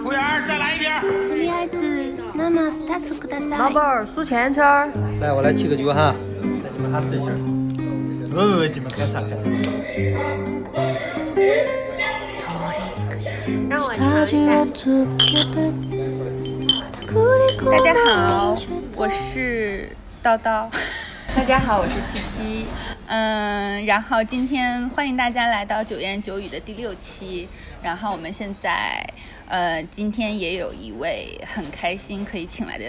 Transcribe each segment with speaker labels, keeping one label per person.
Speaker 1: 服务员，再来一瓶。
Speaker 2: とりあえずママ2つくださ
Speaker 3: 老
Speaker 2: い
Speaker 3: 板儿，数钱钱儿。
Speaker 4: 来，我来踢个球哈，带你们哈对球。
Speaker 5: 喂喂喂，姐妹开啥开啥？
Speaker 6: 让我尝一下。
Speaker 7: 大家好，我是叨叨。
Speaker 6: 大家好，我是七七。
Speaker 7: 嗯，然后今天欢迎大家来到九言九语的第六期。然后我们现在，呃，今天也有一位很开心可以请来的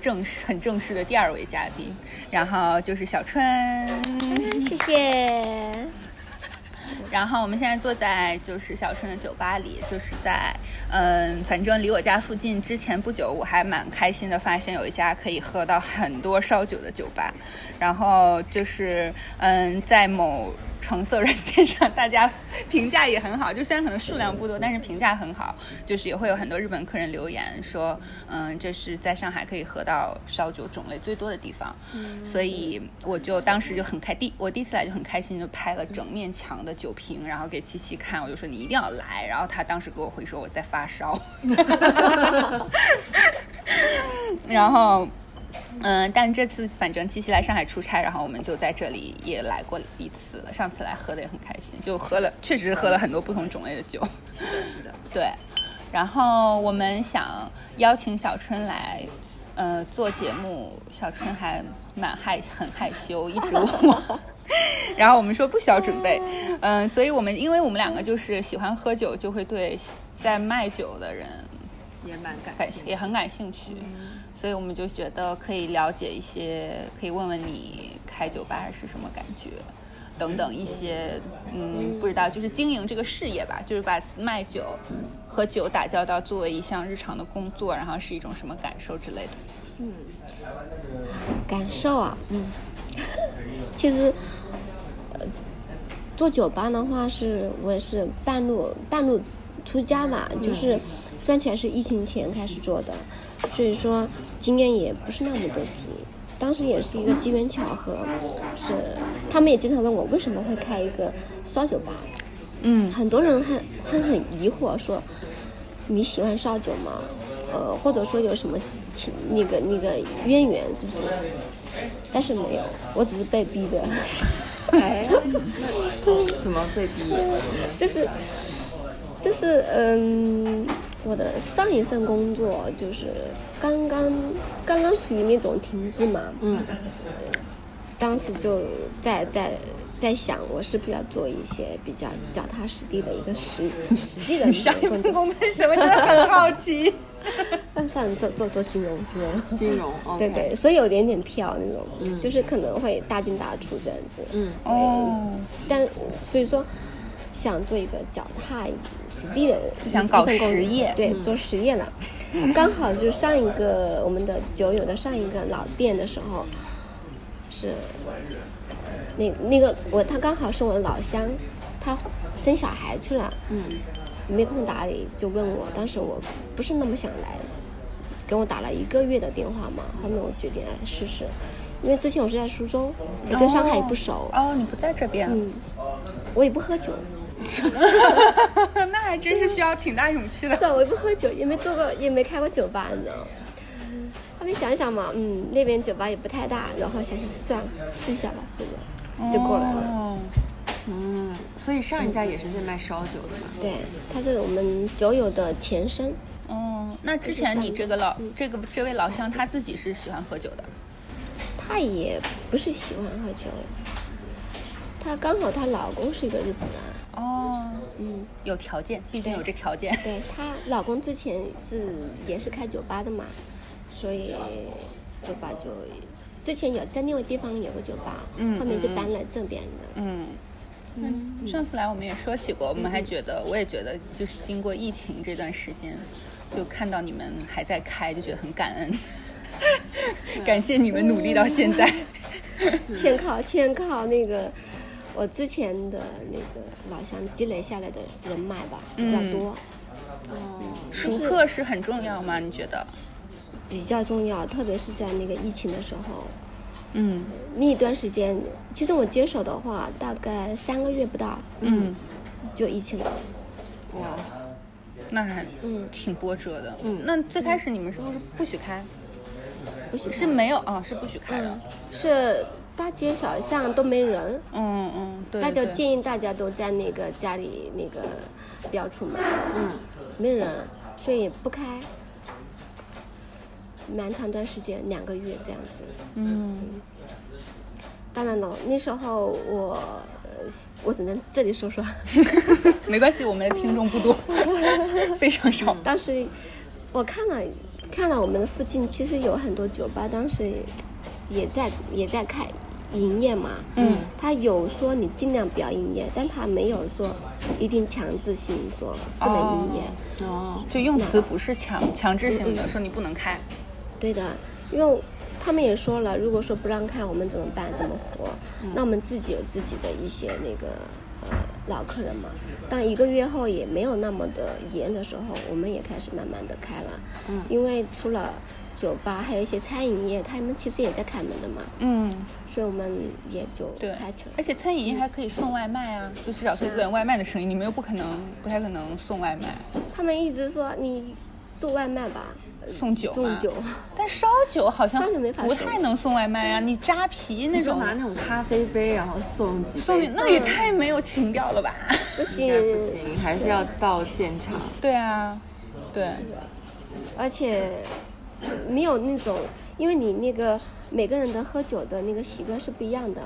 Speaker 7: 正式、很正式的第二位嘉宾，然后就是小春。
Speaker 2: 谢谢
Speaker 7: 然后我们现在坐在就是小春的酒吧里，就是在嗯，反正离我家附近。之前不久我还蛮开心的，发现有一家可以喝到很多烧酒的酒吧。然后就是嗯，在某橙色软件上，大家评价也很好，就虽然可能数量不多，但是评价很好，就是也会有很多日本客人留言说，嗯，这是在上海可以喝到烧酒种类最多的地方，所以我就当时就很开第我第一次来就很开心，就拍了整面墙的酒瓶，然后给七七看，我就说你一定要来，然后他当时给我回说我在发烧， 然后。嗯，但这次反正七夕来上海出差，然后我们就在这里也来过一次了。上次来喝的也很开心，就喝了，确实喝了很多不同种类的酒。是的，是的。 对，然后我们想邀请小春来，呃，做节目。小春还蛮害，很害羞，一直问我。 然后我们说不需要准备，嗯，所以我们因为我们两个就是喜欢喝酒，就会对在卖酒的人
Speaker 6: 也蛮感
Speaker 7: 感也很感兴趣，嗯所以我们就觉得可以了解一些，可以问问你开酒吧是什么感觉，等等一些，嗯，不知道就是经营这个事业吧，就是把卖酒和酒打交道作为一项日常的工作，然后是一种什么感受之类的。
Speaker 8: 感受啊，嗯， 其实，呃，做酒吧的话是我是半路半路出家嘛，就是算起来是疫情前开始做的，所以说经验也不是那么多足。当时也是一个机缘巧合，是他们也经常问我为什么会开一个烧酒吧，
Speaker 7: 嗯
Speaker 8: 很多人很很很疑惑说，你喜欢烧酒吗？呃，或者说有什么情那个那个渊源是不是？但是没有，我只是被逼的。哎，
Speaker 6: 怎么被逼？
Speaker 8: 就是就是嗯，我的上一份工作就是刚刚刚刚处于那种停滞嘛，嗯，当时就在在在想，我是不是要做一些比较脚踏实地的一个实实际的
Speaker 7: 上一
Speaker 8: 那种
Speaker 7: 份
Speaker 8: 工
Speaker 7: 工
Speaker 8: 作，
Speaker 7: 作是什么真的很好奇。
Speaker 8: 但上做做做金融金融。
Speaker 6: 金融，哦
Speaker 8: 对，对，所以有点点飘那种，
Speaker 6: 嗯
Speaker 8: 就是可能会大进大出这样子。嗯，
Speaker 7: 哦，
Speaker 8: 但所以说想做一个脚踏实地的一，
Speaker 7: 就想搞
Speaker 8: 一份工
Speaker 7: 实业
Speaker 8: 对，做实业了。刚好就是上一个我们的酒友的上一个老店的时候，是那那个我他刚好是我的老乡，他生小孩去了，嗯，没空打理，就问我，当时我不是那么想来，给我打了一个月的电话嘛，后面我决定来试试，因为之前我是在苏州，也对上海也不熟，
Speaker 7: 哦，你不在这边，
Speaker 8: 嗯，我也不喝酒，
Speaker 7: 那还真是需要挺大勇气的。
Speaker 8: 是啊，我也不喝酒，也没做过，也没开过酒吧，你知道吗？后面想想嘛，嗯，那边酒吧也不太大，然后想想算了，试一下吧，对不对？就过来了。
Speaker 7: 哦
Speaker 6: 嗯，所以上一家也是在卖烧酒的嘛。
Speaker 8: 对，它是我们酒友的前身，
Speaker 7: 哦，那之前你这个老这个这位老乡他自己是喜欢喝酒的，
Speaker 8: 她也不是喜欢喝酒，她刚好她老公是一个日本人，
Speaker 7: 哦，
Speaker 8: 嗯，
Speaker 7: 有条件，毕竟有这条件。
Speaker 8: 对她老公之前是也是开酒吧的嘛，所以酒吧就之前有在另外地方有个酒吧，
Speaker 7: 嗯
Speaker 8: 后面就
Speaker 7: 嗯嗯
Speaker 8: 搬来这边了。
Speaker 7: 嗯，嗯，上次来我们也说起过，我们还觉得，我也觉得，就是经过疫情这段时间，就看到你们还在开，就觉得很感 恩， 感谢你们努力到现在。
Speaker 8: 全靠全靠那个我之前的那个老乡积累下来的人脉吧，比较多，
Speaker 7: 嗯熟客是很重要吗？你觉得？
Speaker 8: 比较重要，特别是在那个疫情的时候，
Speaker 7: 嗯
Speaker 8: 那一段时间，其实我接手的话大概三个月不到，
Speaker 7: 嗯，
Speaker 8: 就疫情了。
Speaker 6: 哇，
Speaker 7: 那还
Speaker 8: 嗯
Speaker 7: 挺波折的。嗯，那最开始你们是不是不许开？不许是没有啊，是不许开的。
Speaker 8: 是大街小巷都没人，
Speaker 7: 嗯嗯，对。
Speaker 8: 大家
Speaker 7: 对
Speaker 8: 建议大家都在那个家里那个不要出门，嗯，没人，所以不开，蛮长段时间，两个月这样子。
Speaker 7: 嗯
Speaker 8: 当然了，那时候我，呃，我只能这里说说，
Speaker 7: 没关系，我们的听众不多， 非常少。
Speaker 8: 当时我看了看了我们的附近，其实有很多酒吧，当时也也在也在开营业嘛。嗯，他有说你尽量不要营业，但他没有说一定强制性说不能营业。
Speaker 6: 哦，
Speaker 7: 就用词不是强强制性
Speaker 8: 嗯
Speaker 7: 的，说你不能开。
Speaker 8: 对的，因为他们也说了，如果说不让开，我们怎么办？怎么活？
Speaker 6: 嗯
Speaker 8: 那我们自己有自己的一些那个呃老客人嘛。当一个月后也没有那么的严的时候，我们也开始慢慢的开了。嗯，因为除了酒吧，还有一些餐饮业，他们其实也在开门的嘛，
Speaker 7: 嗯，
Speaker 8: 所以我们也就
Speaker 7: 对
Speaker 8: 开起。来。
Speaker 7: 而且餐饮业还可以送外卖啊，就至少可以做点外卖的生意。你们又不可能，不太可能送外卖，
Speaker 8: 他们一直说你做外卖吧，呃
Speaker 7: 送酒
Speaker 8: 送
Speaker 7: 嘛
Speaker 8: 酒，
Speaker 7: 但烧酒好像
Speaker 8: 烧酒没法
Speaker 7: 不
Speaker 8: 送
Speaker 7: 太能送外卖啊。你扎啤那
Speaker 6: 那种
Speaker 7: 种，
Speaker 6: 拿那种咖啡杯，然后送几杯
Speaker 7: 送你那也太没有情调了吧？
Speaker 8: 不
Speaker 6: 应
Speaker 8: 行
Speaker 6: 该不行，还是要到现场。
Speaker 7: 对啊，对，
Speaker 8: 而且没有那种，因为你那个每个人的喝酒的那个习惯是不一样的。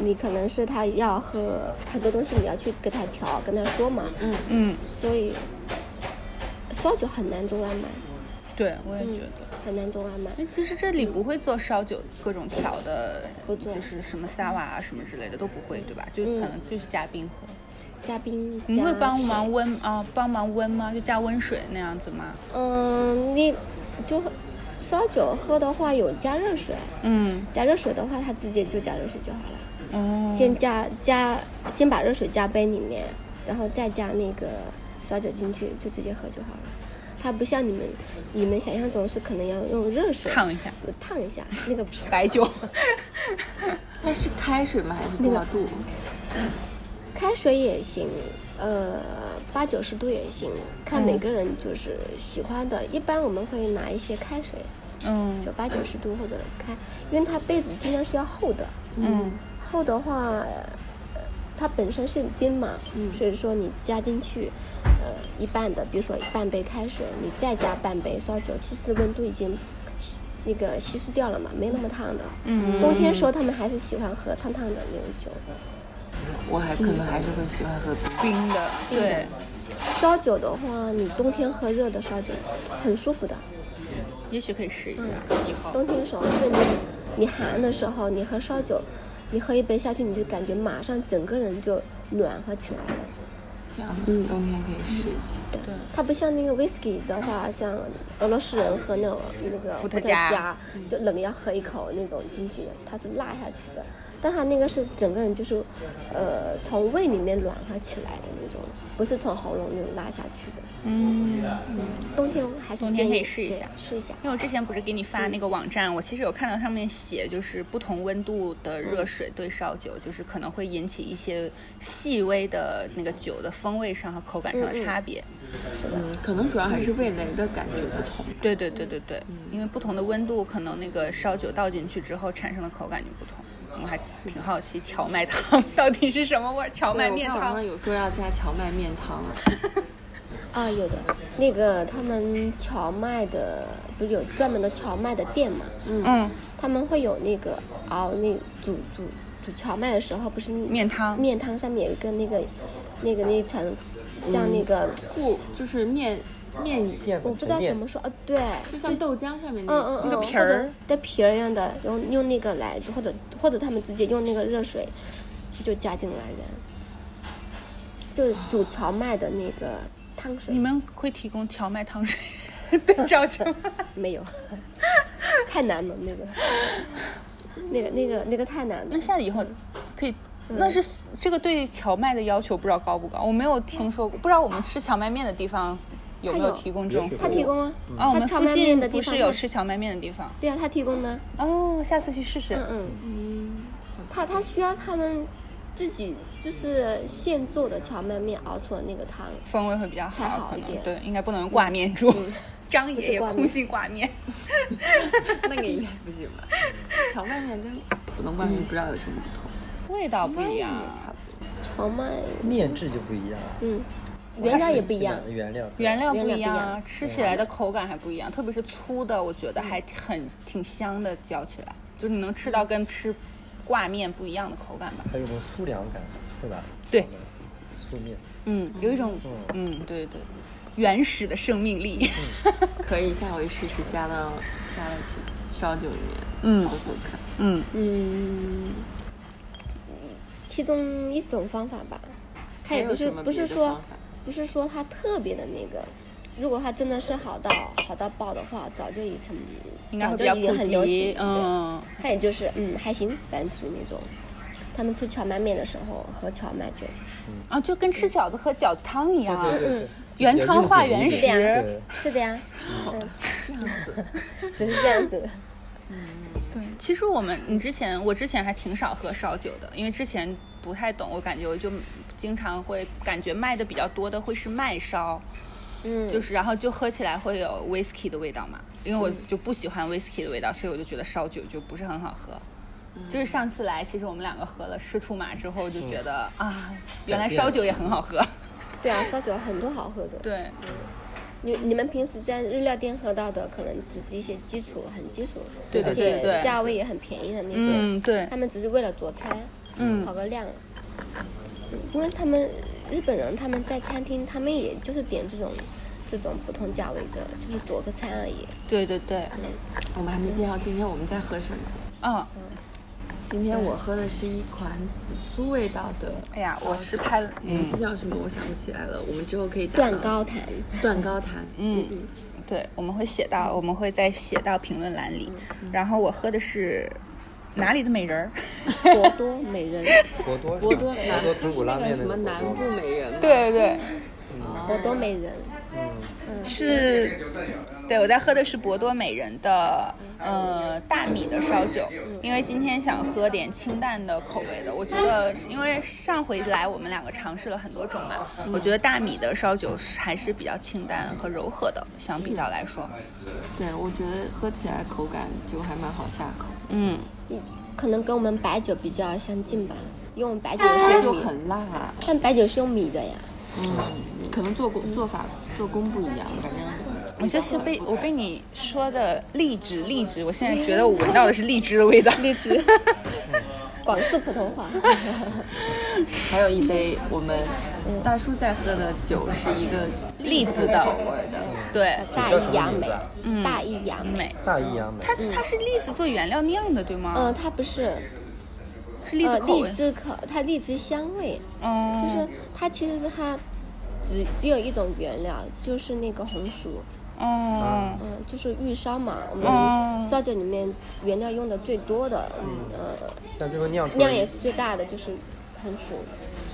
Speaker 8: 你可能是他要喝很多东西，你要去跟他调，跟他说嘛。嗯，
Speaker 7: 嗯，
Speaker 8: 所以烧酒很难做外卖，
Speaker 7: 对，我也觉得。
Speaker 8: 很难做外卖。
Speaker 7: 那其实这里不会做烧酒各种调的，
Speaker 8: 不做
Speaker 7: 就是什么萨瓦啊什么之类的都不会，对吧？就
Speaker 6: 嗯
Speaker 7: 可能就是加冰喝。
Speaker 8: 嘉宾，
Speaker 7: 你会帮
Speaker 8: 加
Speaker 7: 忙
Speaker 8: 水？
Speaker 7: 温啊、帮忙温吗？就加温水那样子吗？
Speaker 8: 嗯，你就烧酒喝的话有加热水，
Speaker 7: 嗯，
Speaker 8: 加热水的话，他直接就加热水就好了。
Speaker 7: 哦，
Speaker 8: 先加加，先把热水加杯里面，然后再加那个烧酒进去，就直接喝就好了。它不像你们你们想象中是可能要用热水
Speaker 7: 烫一下
Speaker 8: 烫一下那个
Speaker 7: 白 酒。
Speaker 6: 那是开水吗？还是多少度？
Speaker 8: 开水也行，呃，八九十度也行，看每个人就是喜欢的。一般我们会拿一些开水，
Speaker 7: 嗯
Speaker 8: 就八九十度或者开，因为它杯子尽量是要厚的，
Speaker 7: 嗯，
Speaker 8: 厚的话，呃它本身是冰嘛，
Speaker 7: 嗯
Speaker 8: 所以说你加进去，呃，一半的，比如说半杯开水，你再加半杯烧酒，其实温度已经稀那个稀释掉了嘛，没那么烫的。嗯，冬天时候他们还是喜欢喝烫烫的那种酒。
Speaker 6: 我还可能还是会喜欢喝冰。
Speaker 7: 冰的，对，
Speaker 8: 烧酒的话，你冬天喝热的烧酒，很舒服的。
Speaker 7: 也许可以试一下、
Speaker 6: 嗯
Speaker 7: 以后。
Speaker 8: 冬天时候，因为你你寒的时候，你喝烧酒，你喝一杯下去，你就感觉马上整个人就暖和起来了。
Speaker 6: 这样，嗯，冬天可以试一下。
Speaker 8: 它不像那个 whisky 的话，像俄罗斯人喝那种那个
Speaker 7: 伏
Speaker 8: 伏
Speaker 7: 特
Speaker 8: 特
Speaker 7: 加
Speaker 8: 加，就冷要喝一口那种进去的，它是辣下去的，但它那个是整个人就是，呃，从胃里面软化起来的那种，不是从喉咙那种辣下去的。
Speaker 7: 嗯，
Speaker 8: 冬天还是
Speaker 7: 冬天
Speaker 8: 建议
Speaker 7: 可以试一
Speaker 8: 对
Speaker 7: 下
Speaker 8: 试一下。
Speaker 7: 因为我之前不是给你
Speaker 6: 嗯
Speaker 7: 发那个网站，我其实有看到上面写，就是不同温度
Speaker 6: 嗯
Speaker 7: 的热水兑烧酒，就是可能会引起一些细微的那个酒的风味上和口感上的差别。
Speaker 6: 嗯，可能主要还是味蕾的感觉不同。
Speaker 7: 对对对对对，
Speaker 6: 嗯
Speaker 7: 因为不同的温度，可能那个烧酒倒进去之后产生的口感就不同。我还挺好奇荞麦汤 到底是什么味儿，荞麦
Speaker 6: 对
Speaker 7: 面
Speaker 6: 我看
Speaker 7: 汤
Speaker 6: 网上。有说要加荞麦面汤，
Speaker 8: 啊，有的，那个他们荞麦的不是有专门的荞麦的店嘛？嗯，
Speaker 7: 嗯，
Speaker 8: 他们会有那个熬那煮煮煮荞麦的时候，不是
Speaker 7: 面汤
Speaker 8: 面汤上面有一个那个那个那层，像那个、
Speaker 6: 不就是面面
Speaker 4: 淀粉
Speaker 8: 我不知道怎么说，呃、对，
Speaker 6: 就像豆浆上面
Speaker 8: 嗯嗯
Speaker 6: 那
Speaker 8: 嗯，
Speaker 7: 那个皮儿
Speaker 8: 或者的皮儿一样的，用用那个来，或者或者他们直接用那个热水就加进来的，就煮荞麦的那个汤水
Speaker 7: 你们会提供荞麦汤水 对照酒吗？
Speaker 8: 没有， 太难了那个。那个、那个、那个太难了
Speaker 7: 那。下来以后可以，
Speaker 8: 嗯
Speaker 7: 那是这个对荞麦的要求不知道高不高，我没有听说过，不知道我们吃荞麦面的地方有没有
Speaker 8: 它有
Speaker 7: 提供这种服务。
Speaker 8: 他提供啊，
Speaker 7: 啊，我
Speaker 8: 他
Speaker 7: 们
Speaker 8: 荞
Speaker 7: 附
Speaker 8: 麦面
Speaker 7: 近
Speaker 8: 的地
Speaker 7: 不
Speaker 8: 方
Speaker 7: 是有
Speaker 8: 它
Speaker 7: 吃荞麦面的地方
Speaker 8: 对啊，他提供的。嗯
Speaker 7: 哦，下次去试试。
Speaker 8: 嗯嗯，他他需要他们自己就是现做的荞麦面熬出了那个汤，
Speaker 7: 风味会比较好，
Speaker 8: 才好
Speaker 7: 可
Speaker 8: 一
Speaker 7: 能
Speaker 8: 点嗯
Speaker 7: 对，应该不能用挂面煮。张
Speaker 8: 不是
Speaker 7: 爷爷
Speaker 8: 挂
Speaker 7: 空
Speaker 8: 面
Speaker 7: 心挂面，
Speaker 6: 那个应该不行 吧？荞麦面跟普通挂面不知道有什么不同，
Speaker 7: 味道不一样。
Speaker 8: 嗯荞麦
Speaker 4: 面质就不一样了，
Speaker 8: 嗯，原料也不一样
Speaker 4: 是，的原料对
Speaker 7: 原料
Speaker 8: 原
Speaker 7: 不
Speaker 8: 料
Speaker 7: 一
Speaker 8: 不一
Speaker 7: 样啊
Speaker 8: 样，嗯
Speaker 7: 吃起来的口感还不一样，特别是粗的，我觉得还很挺香的，嚼起来就是你能吃到跟吃挂面不一样的口感吧。
Speaker 4: 它有种粗粮感，对吧？
Speaker 7: 对，
Speaker 4: 粗面，
Speaker 7: 嗯，有一种嗯，对对，原始的生命力。
Speaker 6: 可以下回试试加到加到去烧酒里面，
Speaker 7: 嗯
Speaker 6: 熬煮看。
Speaker 7: 嗯，
Speaker 8: 嗯，其中一种方法吧，它也
Speaker 6: 还有
Speaker 8: 不是
Speaker 6: 什么
Speaker 8: 不是
Speaker 6: 别的
Speaker 8: 说
Speaker 6: 方法
Speaker 8: 不是说它特别的那个。如果它真的是好到好到爆的话，早就已成
Speaker 7: 应该
Speaker 8: 早
Speaker 7: 会
Speaker 8: 就
Speaker 7: 比较
Speaker 8: 已经
Speaker 7: 普
Speaker 8: 很流行
Speaker 7: 及。。
Speaker 8: 对
Speaker 7: 嗯，
Speaker 8: 它也就是嗯还行，反正属于那种，他们吃荞麦面的时候喝荞麦酒，
Speaker 7: 啊，就跟吃饺子喝饺子汤一样啊。
Speaker 4: 对
Speaker 6: 嗯
Speaker 4: 对，
Speaker 7: 原汤化原
Speaker 8: 是这样
Speaker 7: 食，
Speaker 4: 对，
Speaker 8: 是的呀，嗯，只是这样子的，
Speaker 7: 对，其实我们你之前我之前还挺少喝烧酒的，因为之前不太懂，我感觉我就嗯经常会感觉卖的比较多的会是麦烧，
Speaker 8: 嗯，
Speaker 7: 就是然后就喝起来会有 whisky 的味道嘛，因为我就不喜欢 whisky 的味道，所以我就觉得烧酒就不是很好喝。就是上次来，其实我们两个喝了赤兔马之后，就觉得、啊，原来烧酒也很好喝。
Speaker 8: 对啊，烧酒很多好喝的，
Speaker 7: 对，
Speaker 8: 你你们平时在日料店喝到的，可能只是一些基础，很基础，
Speaker 7: 对对对
Speaker 8: 而且
Speaker 7: 对
Speaker 8: 价位也很便宜的那些，
Speaker 7: 嗯，对，
Speaker 8: 他们只是为了佐餐，
Speaker 7: 嗯
Speaker 8: 跑个量，嗯因为他们日本人他们在餐厅，他们也就是点这种这种普通价位的，就是佐个餐而已，
Speaker 7: 对对对，
Speaker 6: 我们还没介绍今天我们在喝什么。
Speaker 7: 嗯，
Speaker 6: 今天我喝的是一款紫苏味道的，
Speaker 7: 哎呀，我是拍了，嗯
Speaker 6: 名字叫什么？我想不起来了。我们之后可以打
Speaker 8: 断
Speaker 6: 到
Speaker 8: 高谈，
Speaker 6: 断高 谈。
Speaker 7: 嗯，对，我们会写到，我们会再写到评论栏里。然后我喝的是哪里的美人儿？
Speaker 8: 博多美人。
Speaker 4: 博多
Speaker 6: 博
Speaker 4: 博
Speaker 6: 多
Speaker 4: 博
Speaker 6: 南
Speaker 4: 哎多
Speaker 6: 就
Speaker 4: 豚
Speaker 6: 是
Speaker 4: 骨
Speaker 6: 那
Speaker 4: 拉
Speaker 6: 个
Speaker 4: 面
Speaker 6: 什么南
Speaker 4: 博
Speaker 6: 部美人 嘛，
Speaker 7: 对对
Speaker 8: 博多美人，
Speaker 7: 对，是，对我在喝的是博多美人的呃大米的烧酒，因为今天想喝点清淡的口味的。我觉得，因为上回来我们两个尝试了很多种嘛，我觉得大米的烧酒是还是比较清淡和柔和的，相比较来说，
Speaker 6: 对，我觉得喝起来口感就还蛮好下口，
Speaker 7: 嗯，
Speaker 8: 你可能跟我们白酒比较相近吧，因为我们白酒
Speaker 7: 哎
Speaker 8: 也是
Speaker 6: 就
Speaker 8: 用米，
Speaker 6: 很辣，
Speaker 8: 但白酒是用米的呀。
Speaker 6: 嗯，可能做工做法做工不一样，反正
Speaker 7: 我就是被我被你说的荔枝荔枝，我
Speaker 8: 嗯
Speaker 7: 现在觉得我闻到的是荔枝的味道，荔枝。
Speaker 8: 广式普通 话，
Speaker 6: 还有一杯我们大叔在喝的酒是一个
Speaker 7: 栗子的
Speaker 6: 口味的，
Speaker 7: 对，
Speaker 8: 大益杨梅
Speaker 7: 嗯，
Speaker 8: 大益杨梅。
Speaker 7: 美。
Speaker 4: 大益杨梅，
Speaker 7: 它它是栗子做原料酿的，对吗？
Speaker 8: 嗯呃，它不是，
Speaker 7: 是嗯栗子
Speaker 8: 呃，
Speaker 7: 口
Speaker 8: 荔
Speaker 7: 味。
Speaker 8: 枝口，它荔枝香味，
Speaker 7: 嗯，
Speaker 8: 就是它其实是它只只有一种原料，就是那个红薯，
Speaker 7: 嗯，
Speaker 8: 嗯，就是玉烧嘛，我
Speaker 7: 哦嗯
Speaker 8: 们烧酒里面原料用的最多的，呃，
Speaker 4: 但最后酿出来
Speaker 8: 量也是最大的，就是红薯。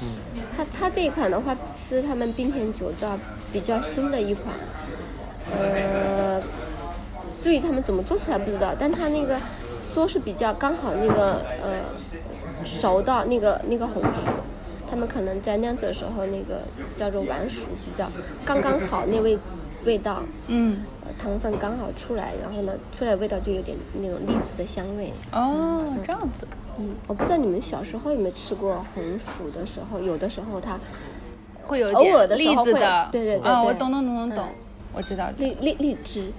Speaker 4: 嗯
Speaker 8: 它它这一款的话是他们冰田酒造比较新的一款，呃，至于他们怎么做出来不知道，但它那个说是比较刚好那个呃熟到那个那个红薯，他们可能在酿制的时候那个叫做晚熟比较刚刚好那味味道，
Speaker 7: 嗯，
Speaker 8: 呃糖分刚好出来，然后呢出来味道就有点那种栗子的香味。
Speaker 7: 哦，这样子。
Speaker 8: 嗯，我不知道你们小时候有没有吃过红薯的时候，有的时候它
Speaker 7: 会有一
Speaker 8: 偶尔
Speaker 7: 点
Speaker 8: 的时
Speaker 7: 栗
Speaker 8: 候
Speaker 7: 子
Speaker 8: 会
Speaker 7: 的，
Speaker 8: 对对对
Speaker 7: 啊，
Speaker 8: 对
Speaker 7: 我懂懂懂懂懂
Speaker 8: 嗯，
Speaker 7: 我知道。
Speaker 8: 荔荔荔枝，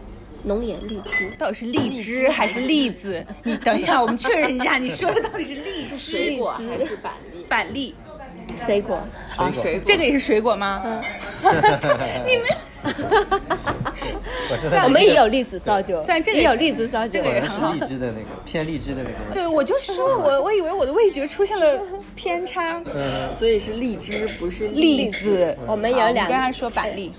Speaker 8: 龙眼荔枝，
Speaker 7: 到底是荔枝还是栗 子？你等一下，我们确认一下，你说的到底是荔枝、
Speaker 6: 水果还是板栗
Speaker 7: 板栗？
Speaker 8: 水果，
Speaker 6: 啊？水果
Speaker 7: 这个也是水果吗？
Speaker 8: 嗯
Speaker 7: 你们
Speaker 4: 我是在
Speaker 8: 我们也有栗子烧酒，
Speaker 7: 但这个
Speaker 8: 也有栗子烧
Speaker 7: 这
Speaker 8: 酒
Speaker 7: 个，也很好
Speaker 4: 是荔枝的那个偏荔枝的那个味
Speaker 7: 对，我就说我我以为我的味觉出现了偏差。
Speaker 6: 所以是荔枝，不是
Speaker 7: 栗子，
Speaker 8: 我们
Speaker 7: 啊
Speaker 8: 有
Speaker 7: 我跟他
Speaker 8: 两
Speaker 7: 说板栗。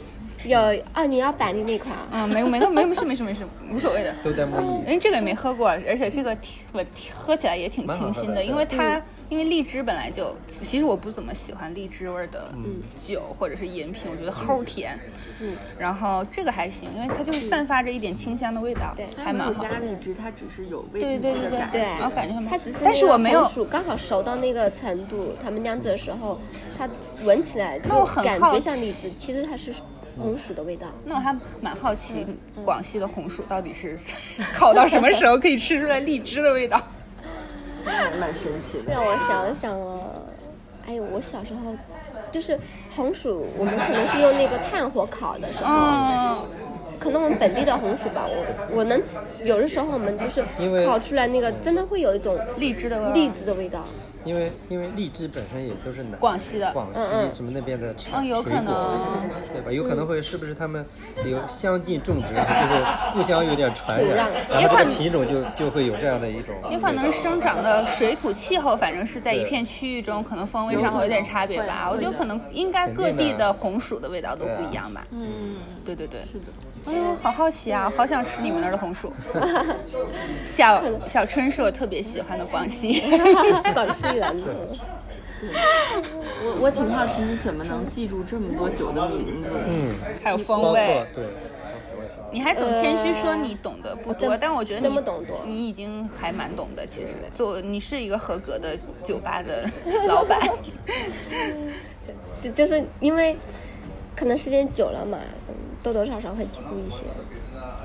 Speaker 8: 有啊，你要板栗那款啊，
Speaker 7: 啊，没没没没事没事没事，无所谓的。
Speaker 4: 都在莫
Speaker 7: 因
Speaker 4: 意，
Speaker 7: 为这个也没喝过，而且这个挺我喝起来也挺清新
Speaker 4: 蛮好喝
Speaker 7: 的，
Speaker 4: 的
Speaker 7: 因为它因为荔枝本来就，其实我不怎么喜欢荔枝味儿的酒或者是饮品，我觉得齁甜。嗯，然后这个还行，因为它就是散发着一点清香的味道，
Speaker 8: 对
Speaker 7: 还蛮
Speaker 6: 有
Speaker 7: 好。
Speaker 6: 加荔枝，它只是有味
Speaker 7: 对
Speaker 6: 荔
Speaker 7: 对
Speaker 6: 枝
Speaker 7: 对
Speaker 6: 的
Speaker 7: 对
Speaker 6: 感
Speaker 8: 对
Speaker 6: 觉。
Speaker 7: 然后感觉还蛮
Speaker 8: 它只是
Speaker 7: 但是
Speaker 8: 那个
Speaker 7: 我没有
Speaker 8: 红薯刚好熟到那个程度，他们酿制的时候，它闻起来
Speaker 7: 那我
Speaker 8: 就
Speaker 7: 很
Speaker 8: 感
Speaker 7: 好
Speaker 8: 觉像
Speaker 7: 奇
Speaker 8: 荔枝，其实它是红薯的味道。
Speaker 7: 那我还蛮好奇，广西的红薯到底是 烤到什么时候可以吃出来荔枝的味道？
Speaker 6: 蛮蛮神奇的。
Speaker 8: 让我想想哦，哎，我小时候就是红薯，我们可能是用那个炭火烤的时候，
Speaker 7: 嗯，
Speaker 8: 可能我们本地的红薯吧，我我能有的时候我们就是
Speaker 4: 因为
Speaker 8: 烤出来那个真的会有一种
Speaker 7: 荔枝的味儿。
Speaker 8: 栗子的味道，
Speaker 4: 因为因为荔枝本身也就是南
Speaker 7: 广西的
Speaker 4: 广西什么那边的产
Speaker 7: 嗯有可
Speaker 4: 水果
Speaker 7: 能
Speaker 4: 对吧？有可能会是不是他们有相近种植，就是互相有点传染，然
Speaker 7: 也
Speaker 4: 后
Speaker 7: 可能
Speaker 4: 这个品种就就会有这样的一种味道，
Speaker 7: 有可能生长的水土气候，反正是在一片区域中，可能风味上会有点差别吧。我觉得可能应该各地的红薯的味道都不一样吧。嗯，对对对，是的。哎呦，好好奇啊，好想吃你们那儿的红 薯。小小春是我特别喜欢的广 西。
Speaker 8: 广西人。
Speaker 6: 我我挺好奇你怎么能记住这么多酒的名字。
Speaker 4: 嗯，
Speaker 7: 还有
Speaker 4: 包
Speaker 7: 风
Speaker 4: 括
Speaker 7: 味。
Speaker 4: 对。
Speaker 7: 你还总谦虚说你懂得不多，
Speaker 8: 呃真
Speaker 7: 但我觉得你
Speaker 8: 真不懂多
Speaker 7: 你已经还蛮懂的。其实，做你是一个合格的酒吧的老板。
Speaker 8: 就就是因为可能时间久了嘛，嗯，多多少少会记住一些，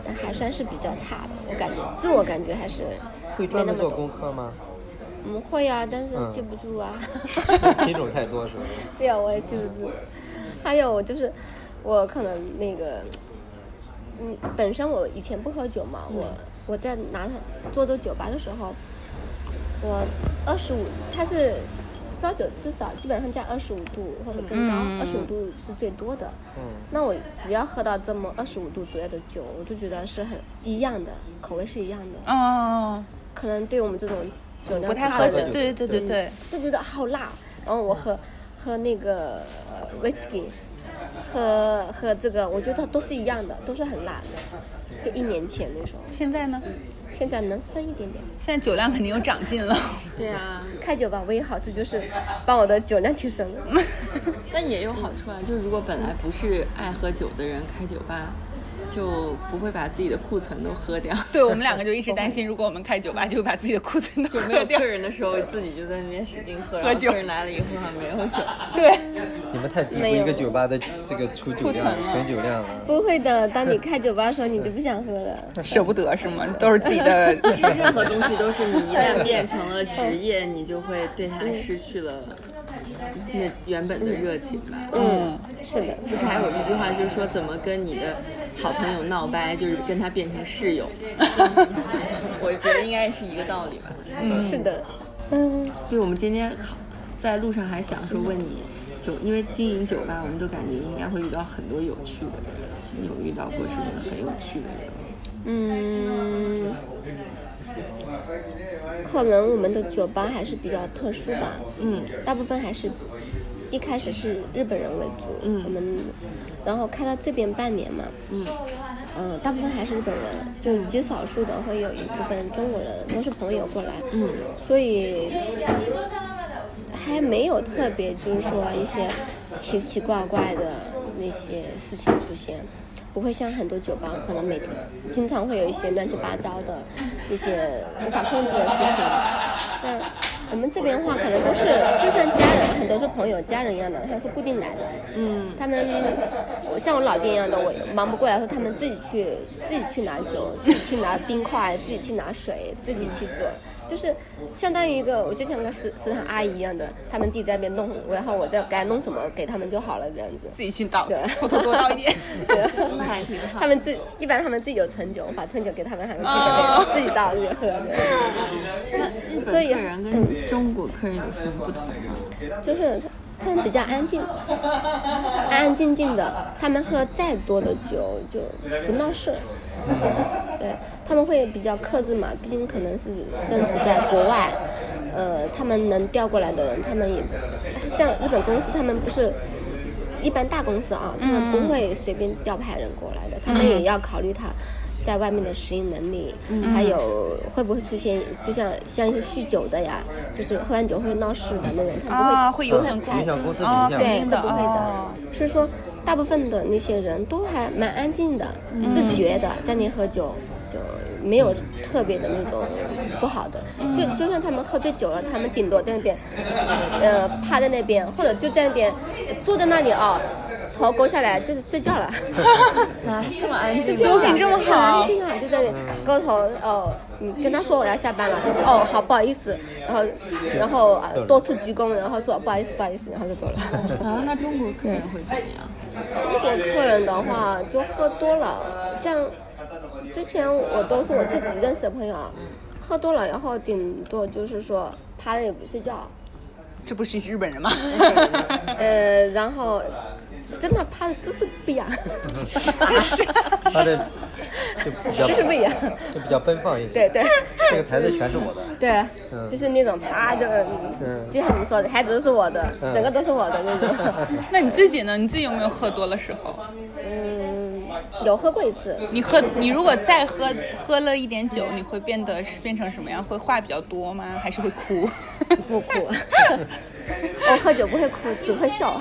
Speaker 8: 但还算是比较差的，我感觉自我感觉还是
Speaker 4: 会专门做功课 吗？
Speaker 8: 嗯会啊，但是
Speaker 4: 嗯
Speaker 8: 记不住啊，
Speaker 4: 品种太多是吧？
Speaker 8: 对啊，我也记不住。还有我就是我可能那个，嗯，本身我以前不喝酒嘛，我
Speaker 7: 嗯
Speaker 8: 我在拿它做做酒吧的时候，我二十五，它是烧酒至少基本上在二十五度或者更高，
Speaker 7: 嗯
Speaker 8: 二十五度是最多的。
Speaker 4: 嗯，
Speaker 8: 那我只要喝到这么二十五度左右的酒，我就觉得是很一样的，口味是一样的。
Speaker 7: 哦，
Speaker 8: 可能对我们这种酒量
Speaker 7: 不太
Speaker 8: 差
Speaker 7: 喝
Speaker 8: 的
Speaker 7: 酒
Speaker 8: 人，
Speaker 7: 对对对对
Speaker 8: 就觉得好辣。然后我喝喝那个呃 whisky，喝喝这个，我觉得都是一样的，都是很辣的。就一年前那时候，
Speaker 7: 现在呢？
Speaker 8: 现在能分一点点。
Speaker 7: 现在酒量肯定又长进了。
Speaker 6: 对啊，
Speaker 8: 开酒吧唯一好处就是把我的酒量提升了。
Speaker 6: 但也有好处啊，就如果本来不是爱喝酒的人开酒吧，就不会把自己的库存都喝掉。
Speaker 7: 对我们两个就一直担 心，如果我们开酒吧，就会把自己的库存都
Speaker 6: 就没有
Speaker 7: 喝掉
Speaker 6: 客。人的时候，自己就在那边使劲喝，然
Speaker 7: 喝
Speaker 6: 后
Speaker 7: 酒
Speaker 6: 客人来了以后还没有酒。
Speaker 7: 对，
Speaker 4: 你们太低估
Speaker 8: 没有
Speaker 4: 一个酒吧的这个出酒量、存酒量啊了。
Speaker 8: 不会的，当你开酒吧的时候，你就不想喝了。
Speaker 7: 舍不得是吗？都是自己 的。
Speaker 6: 其实任何东西都是你一旦变成了职业，你就会对它失去了那原本的热情吧。
Speaker 7: 嗯，
Speaker 8: 是的，
Speaker 6: 不是还有一句话，就是说怎么跟你的好朋友闹掰，就是跟他变成室 友。我觉得应该是一个道理吧。
Speaker 8: 是的，嗯。
Speaker 6: 对，我们今天好在路上还想说问你，就因为经营酒吧，我们都感觉应该会遇到很多有趣的人。你有遇到过什么很有趣的人吗？
Speaker 8: 嗯，可能我们的酒吧还是比较特殊吧。嗯，大部分还是一开始是日本人为主。嗯，我们然后开到这边半年嘛。嗯，呃，大部分还是日本人，就极少数的会有一部分中国人，都是朋友过来。嗯，所以还没有特别就是说一些奇奇怪怪的那些事情出现，不会像很多酒吧可能每天经常会有一些乱七八糟的一些无法控制的事情。那我们这边的话，可能都是就像家人，很多是朋友、家人一样的，他是固定来的。嗯，他们我像我老爹一样的，我忙不过来的时候，他们自己去自己去拿酒，自己去拿冰块，自己去拿水，自己去做，就是相当于一个，我就像个食食堂阿姨一样的，他们自己在那边弄，然后我就该弄什么给他们就好了，这样子。
Speaker 7: 自己去倒
Speaker 8: 对，
Speaker 7: 偷偷多倒一点。
Speaker 8: 对
Speaker 6: 那还挺好
Speaker 8: 他们自一般他们自己有纯酒，我把纯酒给他们，他们自己在
Speaker 7: 哦
Speaker 8: 那边自己倒自己喝的。
Speaker 6: 日本
Speaker 8: 所以
Speaker 6: 客人跟中国客人有什么不同吗？
Speaker 8: 就是他们比较安静，安安静静的。他们喝再多的酒就不闹事。对，他们会比较克制嘛，毕竟可能是身处在国外，呃，他们能调过来的人，他们也像日本公司，他们不是。一般大公司啊，他们不会随便调派人过来的，他们也要考虑他在外面的适应能力，还有会不会出现就像像酗酒的呀，就是喝完酒会闹事的那种，他不会
Speaker 7: 啊，会有损
Speaker 4: 嗯影响公司
Speaker 7: 啊，
Speaker 4: 形象
Speaker 7: 肯
Speaker 8: 对，
Speaker 7: 定
Speaker 8: 都
Speaker 7: 的
Speaker 8: 不会的
Speaker 7: 哦。
Speaker 8: 所以说，大部分的那些人都还蛮安静的，
Speaker 7: 嗯
Speaker 8: 自觉的在那喝酒，就没有特别的那种不好的。
Speaker 7: 嗯
Speaker 8: 就就算他们喝醉酒了，他们顶多在那边，呃，趴在那边，或者就在那边坐在那里啊、头勾下来就是 睡觉了。
Speaker 6: 啊，这么安静，
Speaker 7: 酒品这么
Speaker 8: 很安
Speaker 7: 好，
Speaker 8: 静啊，就在那高头哦，你跟他说我要下班了，他说哦好不好意思，然后然后啊
Speaker 4: 走了
Speaker 8: 多次鞠躬，然后说不好意思不好意思，然后就 走了。
Speaker 6: 啊，那中国客人会怎么样？
Speaker 8: 中国客人的话，就喝多了，像之前我都是我自己认识的朋友啊，喝多了，然后顶多就是说趴着也不睡 觉，
Speaker 7: 这不是日本人吗？
Speaker 8: 呃，然后真的趴的姿势不一 样，
Speaker 4: 他的就 比较
Speaker 8: 姿势不一样，
Speaker 4: 就比较奔放一些。
Speaker 8: 对对
Speaker 4: 这个台词全是我的。
Speaker 8: 对
Speaker 4: 嗯，
Speaker 8: 就是那种趴着，
Speaker 4: 嗯
Speaker 8: 就像你说的，孩子都是我的，
Speaker 4: 嗯
Speaker 8: 整个都是我的那种。
Speaker 7: 那你自己呢？你自己有没有喝多了时候？
Speaker 8: 嗯，有喝过一次，
Speaker 7: 你喝，你如果再喝喝了一点酒，你会变得是变成什么样？会话比较多吗？还是会 哭？
Speaker 8: 不哭，我喝酒不会哭，只会 笑，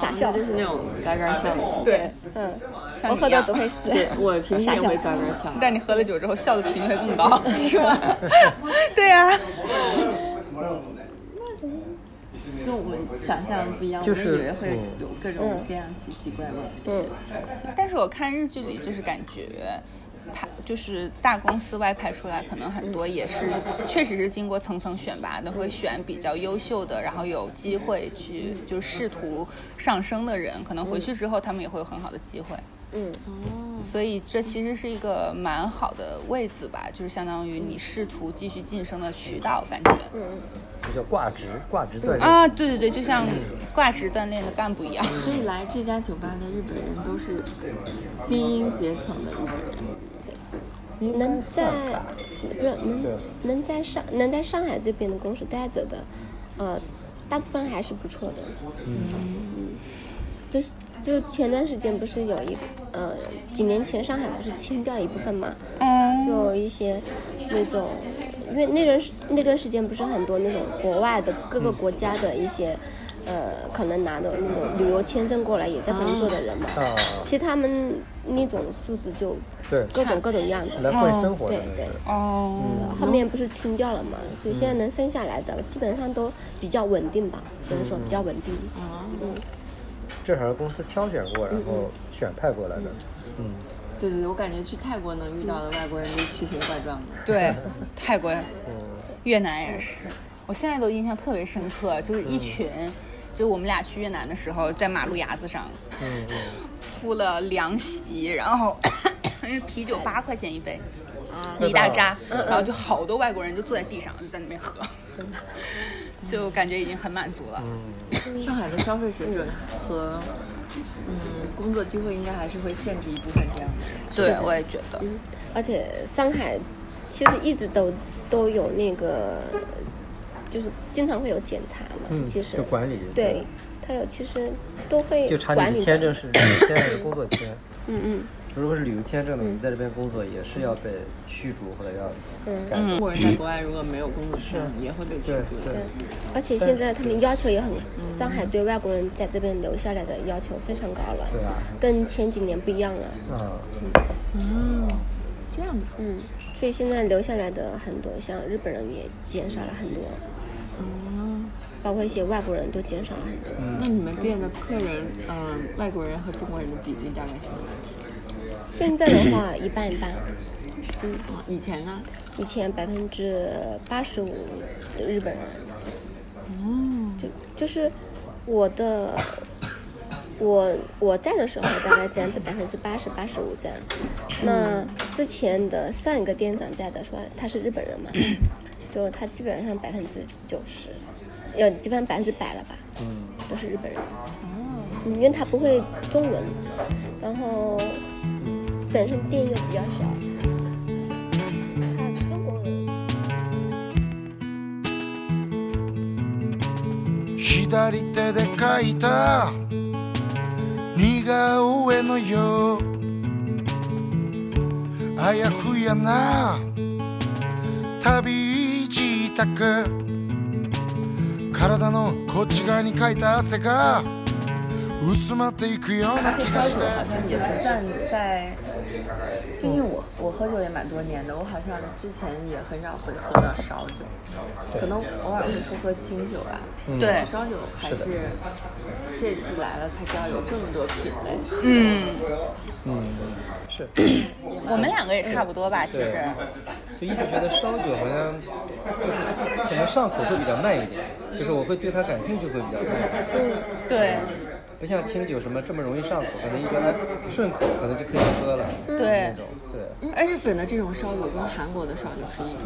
Speaker 8: 傻笑。
Speaker 6: 就是那种嘎嘎笑。
Speaker 7: 对，
Speaker 8: 嗯，
Speaker 7: 像
Speaker 8: 我
Speaker 7: 你
Speaker 8: 喝
Speaker 7: 一
Speaker 8: 多
Speaker 7: 样
Speaker 8: 只会 死。
Speaker 6: 我平时也会嘎嘎笑。
Speaker 7: 但你喝了酒之后笑的频率会更 高，是吧？ 对啊呀、
Speaker 6: 跟我们想象不一样，
Speaker 4: 就是嗯
Speaker 6: 我们以为会有各种各样奇奇怪怪的。
Speaker 8: 嗯，
Speaker 7: 但是我看日剧里就是感觉。排就是大公司外派出来，可能很多也是，确实是经过层层选拔的，会选比较优秀的，然后有机会去就试图上升的人，可能回去之后他们也会有很好的机会。
Speaker 8: 嗯，
Speaker 7: 所以这其实是一个蛮好的位置吧，就是相当于你试图继续晋升的渠道，感觉。
Speaker 4: 就叫挂职，挂职 锻炼。
Speaker 7: 啊，对对对，就像挂职锻炼的干部一样。
Speaker 6: 所以来这家酒吧的日本人都是精英阶层的日本人。
Speaker 8: 能在不是能
Speaker 4: 对
Speaker 8: 能在上能在上海这边的公司待着的，呃，大部分还是不错的。嗯，就是就前段时间不是有一呃几年前上海不是清掉一部分嘛，
Speaker 7: 嗯，
Speaker 8: 就有一些那种，因为那段时那段时间不是很多那种国外的各个国家的一些。呃，可能拿的那种旅游签证过来也在工作的人嘛，
Speaker 4: 啊，
Speaker 8: 其实他们那种素质就
Speaker 4: 对，
Speaker 8: 各种各种样子。
Speaker 4: 来混生活的
Speaker 8: 对
Speaker 4: 那
Speaker 8: 对
Speaker 4: 是。，
Speaker 7: 哦，
Speaker 4: 嗯
Speaker 8: 后面不是清掉了嘛，所以现在能生下来的基本上都比较稳定吧，
Speaker 4: 嗯
Speaker 8: 只能说比较稳定。
Speaker 4: 正好公司挑选过，
Speaker 8: 嗯
Speaker 4: 然后选派过来的。嗯，
Speaker 6: 对对对，我感觉去泰国能遇到的外国人都是奇形怪状的。
Speaker 7: 对，泰国、
Speaker 4: 嗯
Speaker 7: 越南也是，我现在都印象特别深刻，就是一群，就我们俩去越南的时候，在马路牙子上
Speaker 4: 嗯嗯，
Speaker 7: 铺了凉席，然后 因为啤酒八块钱一杯。
Speaker 4: 那
Speaker 7: 一大
Speaker 4: 倒
Speaker 7: 扎，然后就好多外国人就坐在地上，就在那边喝，就感觉已经很满足了。
Speaker 6: 上海的消费水准和嗯工作机会应该还是会限制一部分这样的人。
Speaker 7: 对，我也觉得。
Speaker 8: 而且上海其实一直都都有那个，就是经常会有检查嘛，
Speaker 4: 嗯
Speaker 8: 其实
Speaker 4: 就管理
Speaker 8: 对，他有其实都会
Speaker 4: 就查
Speaker 8: 管
Speaker 4: 你
Speaker 8: 理
Speaker 4: 的签证 是旅游签还是工作签。
Speaker 8: 嗯嗯
Speaker 4: 如果是旅游签证的，你在这边工作也是要被驱逐或者要赶
Speaker 6: 中国人在国外如果没有工作签，也会被
Speaker 4: 对
Speaker 6: 驱逐的。
Speaker 4: 对，
Speaker 8: 而且现在他们要求也很，上海对外国人在这边留下来的要求非常高了，
Speaker 4: 对啊
Speaker 8: 跟前几年不一样了，
Speaker 4: 啊，
Speaker 6: 这样子，
Speaker 8: 嗯，所以现在留下来的很多，像日本人也减少了很多，包括一些外国人都减少了很多，
Speaker 6: 那你们店的客人，嗯、外国人和中国人的比例大概是多少？
Speaker 8: 现在的话一半一半，
Speaker 6: 以前呢？
Speaker 8: 以前百分之八十五日本人，就就是我的。我我在的时候大概占这百分之八十八十五这样，那之前的上一个店长在的说他是日本人嘛，就他基本上百分之九十，呃，基本上百分之百了吧，都是日本人。嗯因为他不会中文，然后本身店又比较小，看中国人。
Speaker 1: 左手で描いた似顔絵のようあやふやな旅自宅体のこっち側にかいた汗が薄まっていくような
Speaker 6: 这
Speaker 1: 気
Speaker 6: 烧
Speaker 1: がし
Speaker 6: 酒
Speaker 1: て
Speaker 6: 好像也不算在，就因为我我喝酒也蛮多年的，我好像之前也很少会喝到烧酒，可能偶尔会喝喝清酒啊。
Speaker 7: 对
Speaker 6: 烧酒还是这次来了才知道有这么多品类。
Speaker 7: 嗯，
Speaker 4: 是，
Speaker 7: 我们两个也差不多吧，其实
Speaker 4: 对。就一直觉得烧酒好像就是可能上口会比较慢一点，就是我会对它感兴趣会比较慢，
Speaker 7: 对
Speaker 4: 不像清酒什么这么容易上口，可能一觉它顺口可能就可以喝了
Speaker 7: 对
Speaker 4: 那，种，对。
Speaker 6: 而日本的这种烧酒跟韩国的烧酒是一种，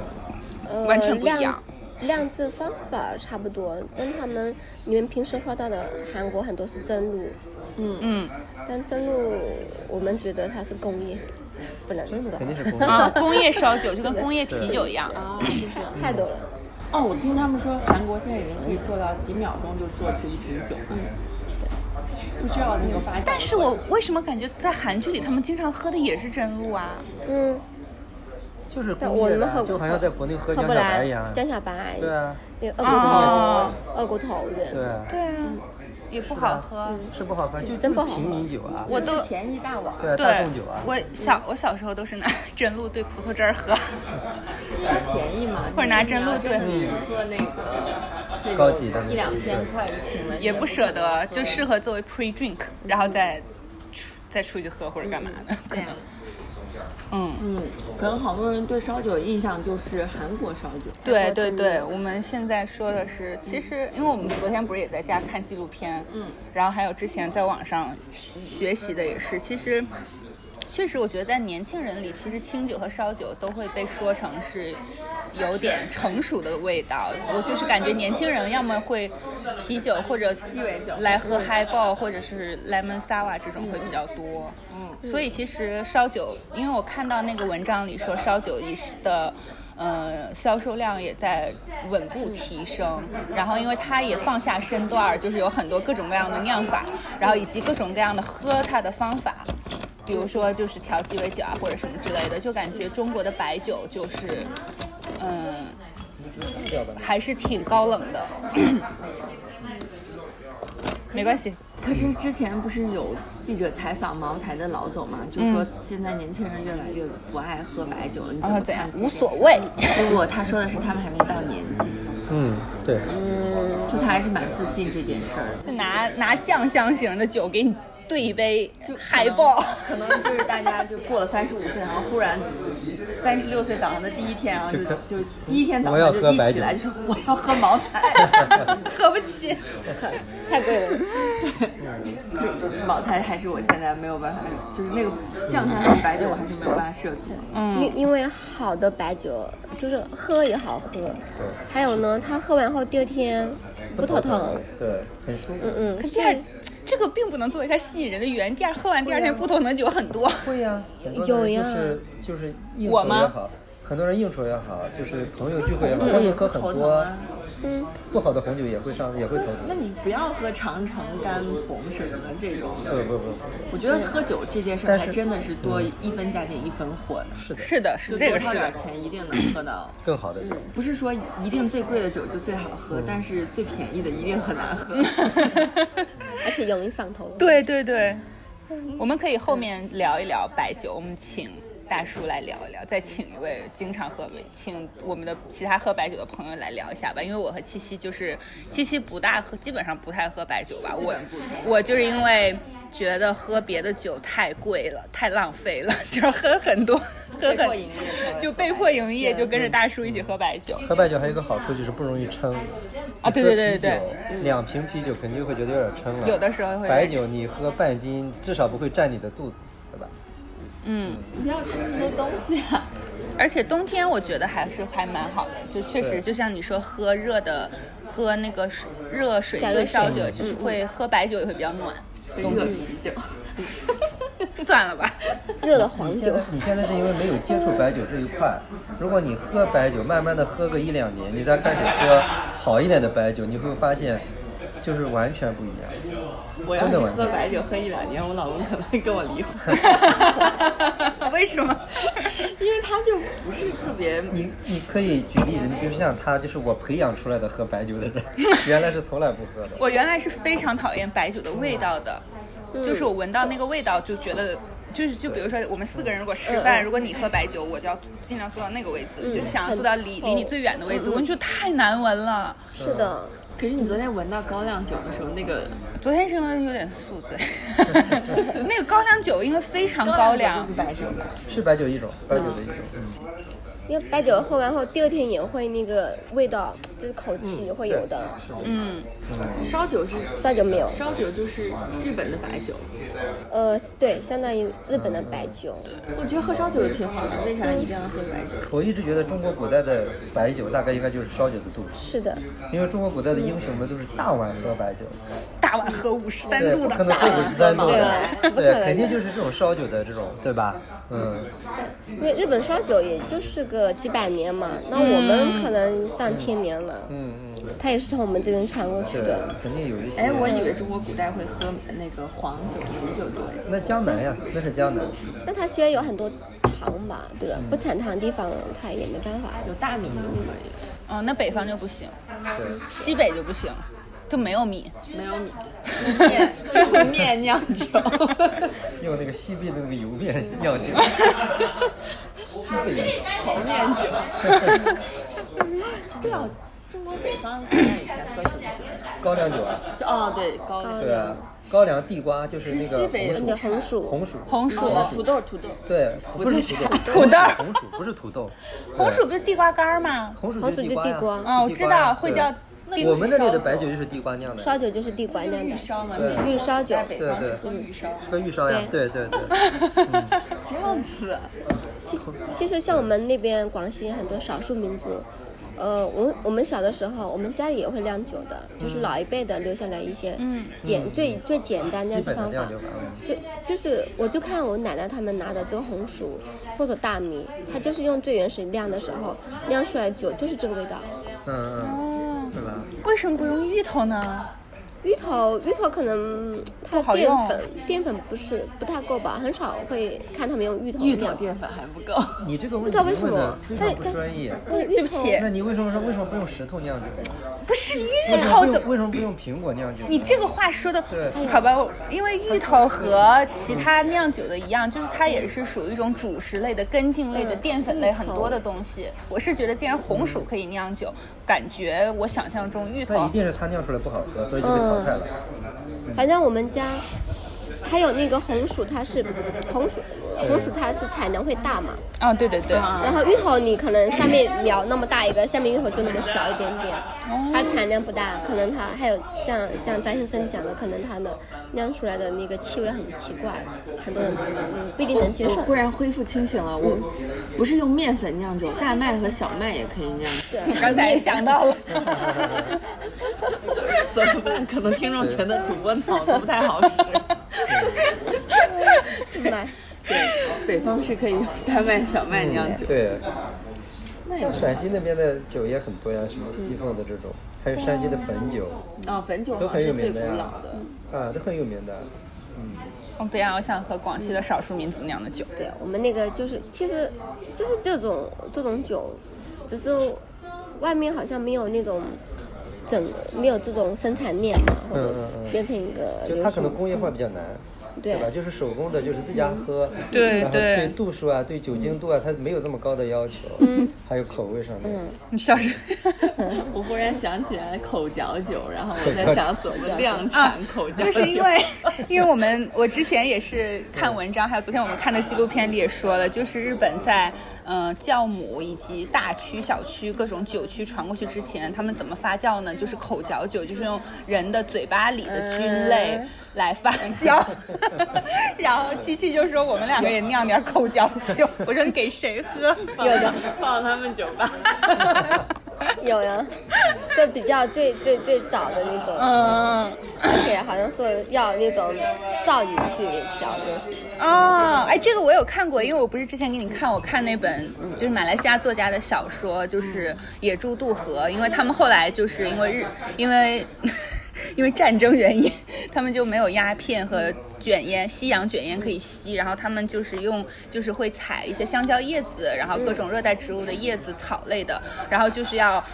Speaker 8: 呃，
Speaker 7: 完全不一样
Speaker 8: 量。酿制方法差不多，跟他们你们平时喝到的韩国很多是蒸露，
Speaker 7: 嗯
Speaker 8: 但蒸露我们觉得它是工业，哎不能
Speaker 4: 真的
Speaker 8: 算
Speaker 4: 肯定是工业
Speaker 7: 啊，工业烧酒就跟工业啤酒一样。
Speaker 6: 啊，就是
Speaker 8: 太多了。
Speaker 6: 哦，我听他们说韩国现在已经可以做到几秒钟就做出一瓶酒，不需要那个发酵。
Speaker 7: 但是我为什么感觉在韩剧里他们经常喝的也是真露啊？
Speaker 8: 嗯，
Speaker 4: 就是
Speaker 8: 但
Speaker 4: 工
Speaker 8: 我
Speaker 4: 业
Speaker 8: 们
Speaker 4: 的
Speaker 8: 喝
Speaker 4: 啊，
Speaker 8: 不
Speaker 4: 就好
Speaker 8: 喝
Speaker 4: 像在国内喝
Speaker 8: 喝
Speaker 4: 江
Speaker 8: 不
Speaker 4: 小白
Speaker 8: 来
Speaker 4: 一样。
Speaker 8: 江小白，
Speaker 4: 对啊，
Speaker 8: 那个
Speaker 7: 哦
Speaker 8: 二锅头，二锅头
Speaker 4: 对
Speaker 8: 的，
Speaker 4: 啊，
Speaker 7: 对啊，也不好喝。
Speaker 4: 是不好喝，就
Speaker 8: 真不
Speaker 4: 就
Speaker 8: 好喝
Speaker 4: 是平民酒啊，
Speaker 7: 我都
Speaker 6: 便宜大碗，
Speaker 4: 对啊大
Speaker 7: 对
Speaker 4: 众酒啊，，
Speaker 7: 我小我小时候都是拿 真露兑葡萄汁儿喝。
Speaker 6: 它便宜嘛，
Speaker 7: 或者拿真露
Speaker 6: 对
Speaker 7: 对
Speaker 6: 喝那个那
Speaker 4: 高级的
Speaker 6: 一两千块一瓶的，
Speaker 7: 也不舍得，就适合作为 pre drink，然后再出再出去喝或者干嘛的，可能。嗯，
Speaker 6: 嗯，可能好多人对烧酒印象就是韩国烧酒，
Speaker 7: 对对对，我们现在说的是，其实因为我们昨天不是也在家看纪录片，嗯，然后还有之前在网上学习的也是，其实确实我觉得在年轻人里，其实清酒和烧酒都会被说成是有点成熟的味道。我就是感觉年轻人要么会啤酒或者鸡尾酒来喝 highball，或者是 lemon sour 这种会比较多。嗯，所以其实烧酒，因为我看到那个文章里说烧酒也是的。呃，销售量也在稳步提升，然后因为它也放下身段儿，就是有很多各种各样的酿法，然后以及各种各样的喝它的方法，比如说就是调鸡尾酒啊或者什么之类的，就感觉中国的白酒就是，嗯，还是挺高冷 的。没关系，
Speaker 6: 可是之前不是有记者采访茅台的老总嘛，就
Speaker 7: 嗯
Speaker 6: 说现在年轻人越来越不爱喝白酒了，你怎
Speaker 7: 然
Speaker 6: 么
Speaker 7: 后哦
Speaker 6: 看这
Speaker 7: 怎
Speaker 6: 件
Speaker 7: 样
Speaker 6: 事？
Speaker 7: 无所谓。
Speaker 6: 结果他说的是他们还没到年纪，
Speaker 4: 嗯，对，
Speaker 6: 就他还是蛮自信这件事儿的。
Speaker 7: 就拿拿酱香型的酒给你兑一杯海
Speaker 6: 可能
Speaker 7: 豹，
Speaker 6: 可能就是大家就过了三十五岁，然后忽然三十六岁早上的第一天，然后就
Speaker 4: 就看
Speaker 6: 就第一天早
Speaker 4: 我要
Speaker 6: 上就
Speaker 4: 喝白
Speaker 6: 一起
Speaker 4: 酒
Speaker 6: 来就说我要喝茅台，
Speaker 7: 喝不起。
Speaker 8: 太贵了。
Speaker 6: 就茅台还是我现在没有办法，就是那个酱香型白酒我还是没有办法涉足。
Speaker 7: 嗯
Speaker 8: 因因为好的白酒就是喝也好喝，还有呢，他喝完后第二天不头疼，，
Speaker 4: 对，很舒服。
Speaker 8: 嗯，
Speaker 7: 可
Speaker 8: 是
Speaker 7: 第二，这个并不能作为它吸引人的原因。第二，喝完第二天不同的酒很多。
Speaker 4: 会呀，很多
Speaker 8: 有
Speaker 4: 人
Speaker 8: 呀
Speaker 4: 就是就是应酬
Speaker 7: 我吗
Speaker 4: 也好，很多人应酬也好，就是朋友聚会也
Speaker 8: 嗯
Speaker 4: 好，他会喝很
Speaker 6: 头疼
Speaker 4: 多嗯
Speaker 6: 啊，
Speaker 4: 不好的红酒也会上，也会头疼
Speaker 6: 那。你不要喝长城、干红什么的这种。
Speaker 4: 不不不，
Speaker 6: 我觉得喝酒这件事儿
Speaker 4: 但
Speaker 6: 还
Speaker 4: 是
Speaker 6: 真的是多一分价钱一分货的，
Speaker 4: 是的，
Speaker 7: 是的，
Speaker 6: 就是
Speaker 7: 这
Speaker 6: 多
Speaker 7: 个
Speaker 6: 掏
Speaker 7: 是
Speaker 6: 点
Speaker 7: 的。
Speaker 6: 钱一定能喝到。
Speaker 4: 更好的，
Speaker 6: 不是说一定最贵的酒就最好喝，但是最便宜的一定很难喝。
Speaker 8: 而且容易上头。
Speaker 7: 对对对，我们可以后面聊一聊白酒，我们请大叔来聊一聊，再请一位经常喝白，请我们的其他喝白酒的朋友来聊一下吧。因为我和七七就是七七不大喝，基本上不太喝白酒吧。我我就是因为觉得喝别的酒太贵了，太浪费了， 就是喝很多，喝
Speaker 6: 被迫
Speaker 7: 很
Speaker 6: 营业
Speaker 7: 就被迫营业，就跟着大叔一起喝白酒。
Speaker 4: 喝白酒还有一个好处就是不容易撑。
Speaker 7: 啊对对对对对
Speaker 4: 你喝啤酒，两瓶啤酒肯定会觉得有点撑啊了。
Speaker 7: 有的时候会
Speaker 4: 嗯白酒你喝半斤，至少不会占你的肚子，对吧？
Speaker 7: 嗯。
Speaker 6: 你不要吃那么多东西啊！
Speaker 7: 而且冬天我觉得还是还蛮好的，就确实
Speaker 4: 对
Speaker 7: 就像你说喝热的，喝那个水热水
Speaker 8: 加热
Speaker 7: 兑烧
Speaker 8: 水
Speaker 7: 酒，就是
Speaker 6: 嗯
Speaker 7: 会喝白酒也会比较暖。
Speaker 6: 热啤酒，
Speaker 7: 算了吧，
Speaker 8: 热的黄
Speaker 4: 你现
Speaker 8: 酒
Speaker 4: 在，你现在是因为没有接触白酒这一块，如果你喝白酒，慢慢的喝个一两年，你再开始喝好一点的白酒，你会发现就是完全不一样。
Speaker 6: 我要
Speaker 4: 真
Speaker 6: 是
Speaker 4: 的吗
Speaker 6: 喝白酒喝一两年，我老公可能会跟我离婚，
Speaker 7: 为什么？
Speaker 6: 因为他就不是特别
Speaker 4: 你你可以举例子，你比如像他，就是我培养出来的喝白酒的人， 原来是从来不喝的。
Speaker 7: 我原来是非常讨厌白酒的味道的，就是我闻到那个味道就觉得。就是就比如说我们四个人如果吃饭，如果你喝白酒，我就要尽量坐到那个位置，就想要坐到离
Speaker 8: 很臭
Speaker 7: 离你最远的位置。我就觉得太难闻了。
Speaker 8: 是
Speaker 4: 嗯
Speaker 8: 的，
Speaker 6: 可是你昨天闻到高粱酒的时候，那个
Speaker 7: 昨天是不是有点宿醉？那个高粱酒因为非常高
Speaker 6: 酒
Speaker 7: 粱
Speaker 6: 不，是白酒吗？
Speaker 4: 是白酒一种，白酒的一种。嗯，
Speaker 8: 因为白酒喝完后，第二天也会那个味道，就是口气也会有的。
Speaker 4: 嗯是的。
Speaker 7: 嗯，
Speaker 6: 烧酒是
Speaker 8: 烧酒没有，
Speaker 6: 烧酒就是日本的白酒，
Speaker 8: 呃，对，相当于日本的白酒。
Speaker 6: 我觉得喝烧酒也挺好的，为啥一定要喝白酒？
Speaker 4: 我一直觉得中国古代的白酒大概应该就是烧酒的度数，
Speaker 8: 是的，
Speaker 4: 因为中国古代的英雄们都是大碗喝白酒，
Speaker 7: 大碗喝五十三
Speaker 4: 对，
Speaker 7: 度
Speaker 4: 不
Speaker 7: 的
Speaker 4: 可能
Speaker 7: 大
Speaker 4: 喝五
Speaker 7: 碗
Speaker 4: 十三度
Speaker 8: 对
Speaker 4: 的，
Speaker 8: 不可能
Speaker 4: 对，肯啊定就是这种烧酒的这种，对吧？嗯，
Speaker 8: 因为日本烧酒也就是个几百年嘛，那我们可能上千年了。
Speaker 4: 嗯嗯，
Speaker 8: 它也是从我们这边传过去
Speaker 4: 对
Speaker 8: 的。，
Speaker 4: 肯定有一些。
Speaker 6: 哎，我以为中国古代会喝那个黄酒、米酒多一点。
Speaker 4: 那江南呀，那是江南，
Speaker 8: 那它虽然有很多糖吧，对吧？
Speaker 4: 嗯
Speaker 8: 不产糖的地方它也没办法。
Speaker 6: 有大米就可以，
Speaker 7: 哦，那北方就不行，
Speaker 4: 对。
Speaker 7: 西北就不行，就没有米。
Speaker 6: 没有米，面 用面酿酒。
Speaker 4: 用那个西贝的那个油面酿酒，
Speaker 6: 红面酒。对啊，中国北方古代以前喝什么酒？
Speaker 4: 高粱酒啊，
Speaker 6: 就哦，对，高粱。
Speaker 4: 对啊，高粱、地瓜就是那
Speaker 6: 是西
Speaker 4: 个
Speaker 6: 北人
Speaker 4: 红
Speaker 8: 那
Speaker 4: 薯，
Speaker 8: 红薯，
Speaker 4: 红 薯，
Speaker 7: 红薯
Speaker 6: 哦，土豆，土豆。
Speaker 4: 对，不是土豆，
Speaker 7: 土豆儿
Speaker 4: 红薯不是土豆，
Speaker 7: 红薯不是地瓜干儿吗？
Speaker 4: 红薯
Speaker 8: 红
Speaker 4: 就
Speaker 8: 薯就
Speaker 4: 是地瓜
Speaker 8: 地
Speaker 4: 呀
Speaker 8: 瓜
Speaker 4: 是
Speaker 7: 哦，我
Speaker 4: 地
Speaker 7: 知
Speaker 4: 瓜
Speaker 7: 道
Speaker 4: 呀
Speaker 7: 会
Speaker 4: 对
Speaker 7: 叫地瓜
Speaker 4: 我们那里
Speaker 7: 烧
Speaker 4: 的白酒就是地瓜酿
Speaker 8: 烧
Speaker 4: 的，
Speaker 8: 酒就是地瓜酿的
Speaker 7: 玉。烧嘛，
Speaker 4: 对
Speaker 8: 绿烧酒
Speaker 7: 在北方是喝玉烧。
Speaker 4: 喝玉烧呀，对对对，
Speaker 7: 这样子，
Speaker 8: 其实其实像我们那边广西很多少数民族，呃，我们我们小的时候，我们家里也会酿酒的，就是老一辈的留下来一些
Speaker 7: 嗯
Speaker 8: 简、最最简单
Speaker 4: 嗯基
Speaker 8: 酿制
Speaker 4: 本的
Speaker 8: 方
Speaker 4: 酿
Speaker 8: 法
Speaker 4: 嗯就。完了。
Speaker 8: 就就是，我就看我奶奶他们拿的这个红薯或者大米，它就是用最原始酿的时候酿出来的酒就是这个味道。
Speaker 4: 嗯嗯，对吧？
Speaker 7: 为什么不用芋头呢？
Speaker 8: 芋头芋头可能它
Speaker 7: 不好
Speaker 8: 淀
Speaker 7: 用
Speaker 8: 粉淀粉不是不太够吧，很少会看他们用芋头
Speaker 6: 芋头
Speaker 8: 酿。
Speaker 6: 淀粉还不够，
Speaker 4: 你这个
Speaker 8: 不
Speaker 4: 问
Speaker 8: 知
Speaker 4: 题
Speaker 8: 道为什
Speaker 4: 问的
Speaker 8: 么，
Speaker 4: 非常
Speaker 8: 但
Speaker 4: 不
Speaker 8: 但
Speaker 4: 专业。
Speaker 8: 但芋
Speaker 7: 对不
Speaker 8: 头
Speaker 7: 起
Speaker 4: 那你为什么说为什么不用石头酿酒呢？
Speaker 7: 不是
Speaker 4: 为
Speaker 7: 芋
Speaker 4: 什么
Speaker 7: 头
Speaker 4: 不
Speaker 7: 怎
Speaker 4: 用
Speaker 7: 么？
Speaker 4: 为什么不用苹果酿酒呢？
Speaker 7: 你这个话说的
Speaker 4: 对
Speaker 7: 好吧，我因为芋头和其他酿酒的一样，就是它也是属于一种主食类的、根茎类的、
Speaker 8: 嗯
Speaker 7: 淀粉类
Speaker 8: 芋头
Speaker 7: 很多的东西。我是觉得，既然红薯可以酿酒，感觉我想象中芋
Speaker 4: 那
Speaker 7: 头
Speaker 4: 一定是它酿出来不好喝，所以就被淘汰了。
Speaker 8: 反正我们家还有那个红薯，它是红薯，红薯它是产能会大嘛。
Speaker 7: 啊，对对对，
Speaker 8: 然后芋头你可能上面苗那么大一个，下面芋头就那么小一点点，它产量不大，可能它还有像像张先生讲的，可能它的酿出来的那个气味很奇怪，很多人嗯不一定能接受
Speaker 6: 我。忽然恢复清醒了。我不是用面粉酿酒，大麦和小麦也可以酿。
Speaker 8: 对，
Speaker 7: 刚才也想到了。
Speaker 6: 怎么办？可能听众觉得主播脑子不太好 使。
Speaker 8: 买
Speaker 6: 北方是可以用大麦、小麦酿酒，
Speaker 4: 嗯对，
Speaker 6: 那也不
Speaker 4: 陕西那边的酒也很多呀，什么西凤的这种，还有山西的汾酒
Speaker 6: 啊，汾酒
Speaker 4: 都
Speaker 6: 好像
Speaker 4: 很
Speaker 6: 是
Speaker 4: 有
Speaker 6: 最
Speaker 4: 名
Speaker 6: 古
Speaker 4: 的呀
Speaker 6: 老的。
Speaker 4: 啊，都很有名的。
Speaker 7: 哦，不要，我想喝广西的少数民族酿的酒。
Speaker 8: 对我们那个就是，其实就是这种这种酒，只是外面好像没有那种整没有这种生产链嘛，或者
Speaker 4: 嗯嗯嗯
Speaker 8: 变成一个
Speaker 4: 就
Speaker 8: 流
Speaker 4: 它可能
Speaker 8: 行。
Speaker 4: 工业化比较难，
Speaker 8: 对
Speaker 4: 吧？就是手工的，就是自家喝，
Speaker 7: 对
Speaker 4: 然后
Speaker 7: 对
Speaker 4: 对度数啊，对酒精度啊，它没有这么高的要求，还有口味上面，
Speaker 7: 你笑什么？
Speaker 6: 我忽然想起来口角酒，然后我在想怎么量
Speaker 7: 啊
Speaker 6: 产口角酒，
Speaker 7: 就是因为，因为我们我之前也是看文章，还有昨天我们看的纪录片里也说了，就是日本在呃酵母以及大区、小区各种酒区传过去之前，他们怎么发酵呢？就是口嚼酒，就是用人的嘴巴里的菌类来发酵。 然后七七就说我们两个也酿点口嚼酒，我说你给谁喝？
Speaker 6: 有的放他们酒吧。
Speaker 8: 有呀，就比较最最最早的那 种，
Speaker 7: 嗯。
Speaker 8: 而且好像是要那种少女去调，就是
Speaker 7: 哦，哎，这个我有看过，因为我不是之前给你看，我看那本就是马来西亚作家的小说，就是《野猪渡河》，因为他们后来就是因为日，因为。 因为战争原因，他们就没有鸦片和卷烟，西洋卷烟可以吸，然后他们就是用就是会采一些香蕉叶子，然后各种热带植物的叶子、草类的，然后就是要。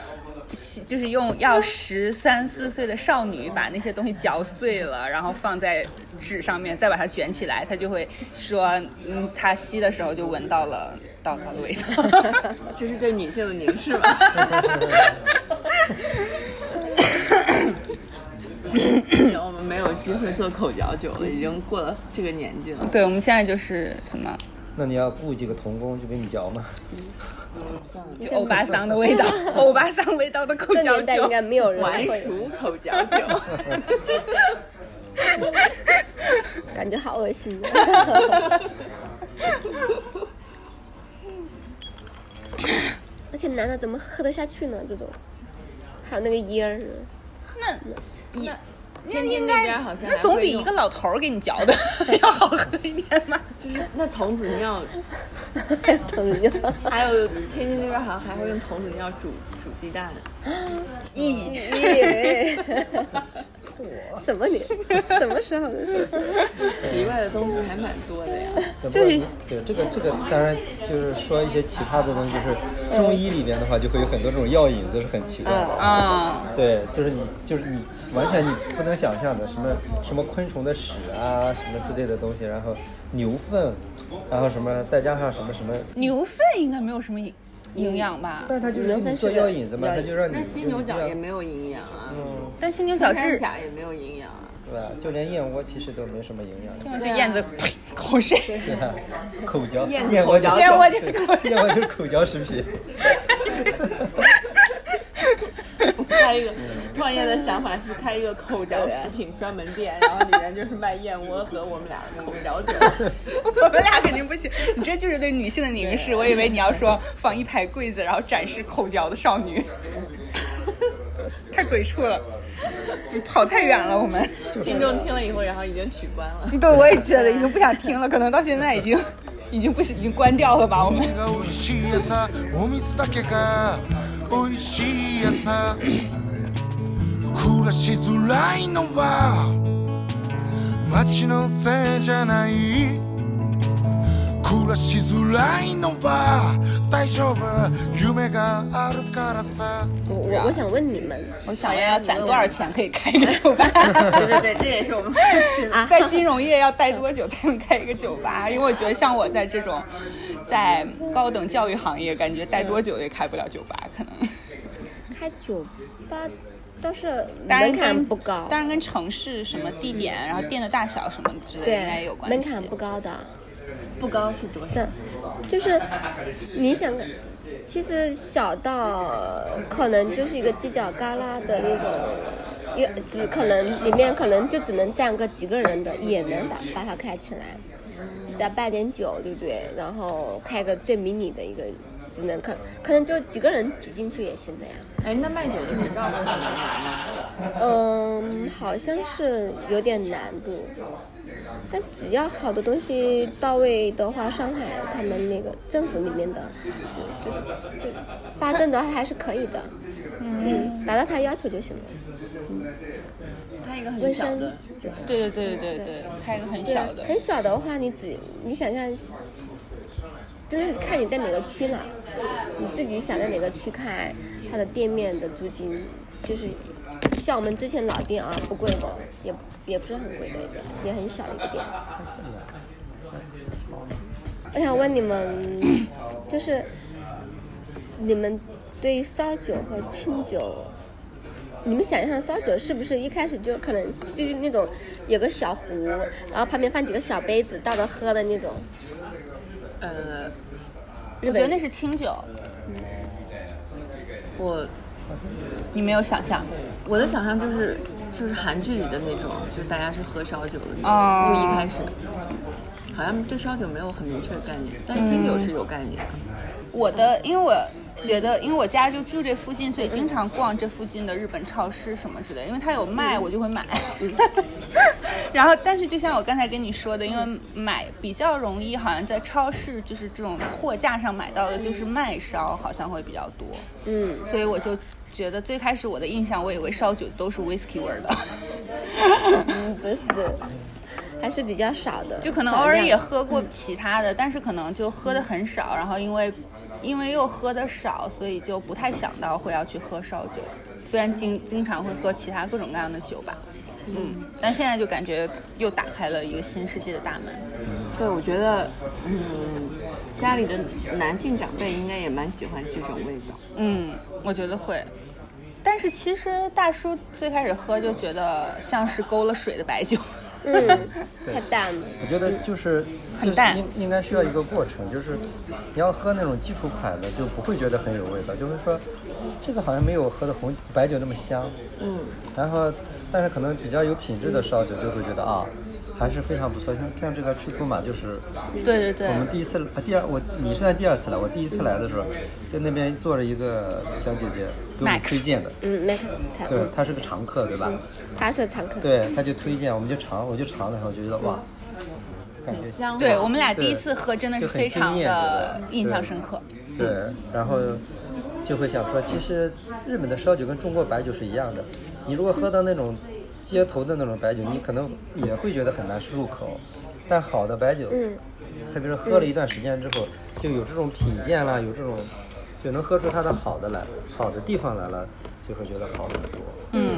Speaker 7: 吸就是用要十三四岁的少女把那些东西嚼碎了，然后放在纸上面，再把它卷起来，她就会说，嗯，她吸的时候就闻到了稻草的味道。
Speaker 6: 这是对女性的凝视吧？行，我们没有机会做口嚼酒了，已经过了这个年纪了。
Speaker 7: 对，我们现在就是什么，
Speaker 4: 那你要雇几个童工就给你嚼吗？
Speaker 7: 就欧巴桑的味道，欧巴桑味道的口
Speaker 8: 这
Speaker 7: 嚼
Speaker 8: 年代应
Speaker 7: 酒。
Speaker 8: 该没有人
Speaker 6: 晚
Speaker 8: 会，
Speaker 6: 熟口嚼酒，
Speaker 8: 感觉好恶心。 而且男的怎么喝得下去呢？这种，还有那个烟儿呢，
Speaker 7: 那
Speaker 6: 天津
Speaker 7: 应
Speaker 6: 那
Speaker 7: 该
Speaker 6: 边好像
Speaker 7: 那
Speaker 6: 还
Speaker 7: 总
Speaker 6: 会
Speaker 7: 比一
Speaker 6: 用
Speaker 7: 个老头儿给你嚼的要好喝一点吧？
Speaker 6: 就是那童子尿，
Speaker 8: 朋友。
Speaker 6: 还有天津那边好像还会用童子尿煮煮鸡蛋。
Speaker 7: 咦，
Speaker 8: 耶什么年？什么时候的事情？
Speaker 6: 奇怪的东西还蛮多的呀。
Speaker 7: 就是
Speaker 4: 对这个这个，当然就是说一些奇葩的东西，就是中医里边的话，就会有很多这种药引子是很奇怪的。
Speaker 7: 啊，
Speaker 4: 对，就是你就是你完全你不能想象的，什么什么昆虫的屎啊，什么之类的东西，然后牛粪，然后什么再加上什么什么，
Speaker 7: 牛粪应该没有什么营养吧？
Speaker 4: 但是它就是给你做药引子嘛，它就让你
Speaker 6: 那犀牛角也没有营养啊，
Speaker 7: 但犀牛角
Speaker 6: 小
Speaker 7: 是
Speaker 6: 甲也没有营养啊。
Speaker 4: 对吧？就连燕窝其实都没什么营 养，
Speaker 7: 就燕子呸口水，
Speaker 4: 对吧？ 口嚼，
Speaker 6: 燕
Speaker 4: 燕窝就
Speaker 6: 口嚼
Speaker 4: 是
Speaker 7: 燕窝就
Speaker 4: 对
Speaker 7: 是口
Speaker 4: 燕窝就是口嚼食品。
Speaker 6: 开一个创业的想法是开一个口嚼食品专门店，然后里面就是卖燕窝和我们俩的口嚼酒。
Speaker 7: 我们俩肯定不行。你这就是对女性的凝视。我以为你要说放一排柜子，然后展示口嚼的少女， 太鬼畜了。你跑太远了，我们。
Speaker 6: 听众听了以后，然后已经取关了。
Speaker 7: 对，我也觉得已经不想听了，可能到现在已经，已经不是已经关掉了吧？我们
Speaker 1: 水が美味しい朝お水だけが美味しい朝暮らしづらいのは街のせいじゃない暮らしづらいのは大丈夫夢があるからさ
Speaker 8: 我
Speaker 4: 啊
Speaker 8: 我我想问你们
Speaker 7: 我想问要攒多少钱可以开一个酒 吧？
Speaker 6: 对对对，这也是 我们
Speaker 8: 啊，
Speaker 7: 在金融业要待多久才能开一个酒吧？因为我觉得像我在这种，在高等教育行业，感觉待多久也开不了酒吧，可能。
Speaker 8: 开酒吧倒是
Speaker 7: 当然
Speaker 8: 门
Speaker 7: 跟
Speaker 8: 槛不高，
Speaker 7: 当然跟城市什么地点，然后店的大小什么之类的应该
Speaker 8: 对
Speaker 7: 有，关系。
Speaker 8: 门槛不高的。
Speaker 6: 不高是多少？
Speaker 8: 这就是你想看，其实小到可能就是一个犄角旮旯的那种，也只可能里面可能就只能站个几个人的，也能把把它开起来。再办点酒，对不对？然后开个最迷你的一个，只能可可能就几个人挤进去也行的呀。
Speaker 6: 哎，那卖酒的执照为什么难呢？
Speaker 8: 嗯，好像是有点难度，但只要好的东西到位的话，上海他们那个政府里面的就就是就发证的话还是可以的，嗯，达到他要求就行了。
Speaker 6: 开一个
Speaker 8: 卫
Speaker 6: 很小
Speaker 8: 生
Speaker 6: 的，
Speaker 7: 对对对对对，开一个很
Speaker 8: 对啊
Speaker 7: 小的，。
Speaker 8: 很小的话，你只你想象，真的看你在哪个区了，你自己想在哪个区开，它的店面的租金就是像我们之前老店啊，不贵的，也也不是很贵的一个，也很小的一个店。我想问你们，就是你们对烧酒和清酒你们想象烧酒是不是一开始就可能就是那种有个小壶，然后旁边放几个小杯子，倒着喝的那种？
Speaker 6: 呃，
Speaker 7: 我觉得那是清酒，
Speaker 6: 我
Speaker 7: 你没有想象。
Speaker 6: 我的想象就是就是韩剧里的那种，就是大家是喝烧酒的那种，
Speaker 7: 哦
Speaker 6: 就一开始好像对烧酒没有很明确的概念，但清酒是有概念的。
Speaker 7: 我的，因为我觉得，因为我家就住这附近，所以经常逛这附近的日本超市什么之类的，因为它有卖，我就会买。 然后，但是就像我刚才跟你说的，因为买比较容易，好像在超市就是这种货架上买到的，就是麦烧，好像会比较多。
Speaker 8: 嗯，
Speaker 7: 所以我就觉得最开始我的印象，我以为烧酒都是 whisky 味儿的，
Speaker 8: 嗯，不是，还是比较少的，
Speaker 7: 就可能
Speaker 8: 少
Speaker 7: 偶尔
Speaker 8: 量
Speaker 7: 也喝过其他的，但是可能就喝的很少，然后因为因为又喝的少，所以就不太想到会要去喝烧酒。虽然经经常会喝其他各种各样的酒吧，嗯，但现在就感觉又打开了一个新世界的大门。
Speaker 6: 对，我觉得，嗯，家里的男性长辈应该也蛮喜欢这种味道。
Speaker 7: 嗯，我觉得会。但是其实大叔最开始喝就觉得像是勾了水的白酒，
Speaker 8: 嗯，太淡了，
Speaker 4: 我觉得就是
Speaker 7: 很
Speaker 4: 就是
Speaker 7: 淡
Speaker 4: 应应该需要一个过程，就是你要喝那种基础款的，就不会觉得很有味道，就会说这个好像没有喝的红白酒那么香。嗯。然后，但是可能比较有品质的烧酒就会觉得啊，还是非常不错。像像这个赤兔马就是
Speaker 7: 对对对
Speaker 4: 我们第一次啊，第二我你是在第二次来，我第一次来的时候，在那边坐着一个小姐姐给我们
Speaker 7: Max
Speaker 4: 推荐的，
Speaker 8: 嗯，Max 他
Speaker 4: 对，她是个常客，对吧？
Speaker 8: 他是常客，
Speaker 4: 对，她就推荐，我们就尝，我就尝了，然后就觉得哇，感觉
Speaker 6: 香
Speaker 7: 对
Speaker 6: 吗
Speaker 7: 我们俩第一次喝真的是非常的印象深刻。
Speaker 4: 对，然后就会想说，其实日本的烧酒跟中国白酒是一样的，你如果喝到那种街头的那种白酒，你可能也会觉得很难入口，但好的白酒，
Speaker 7: 嗯
Speaker 4: 特别是喝了一段时间之后，就有这种品鉴啦，有这种就能喝出它的好的来，好的地方来了，就会觉得好很多。
Speaker 7: 嗯，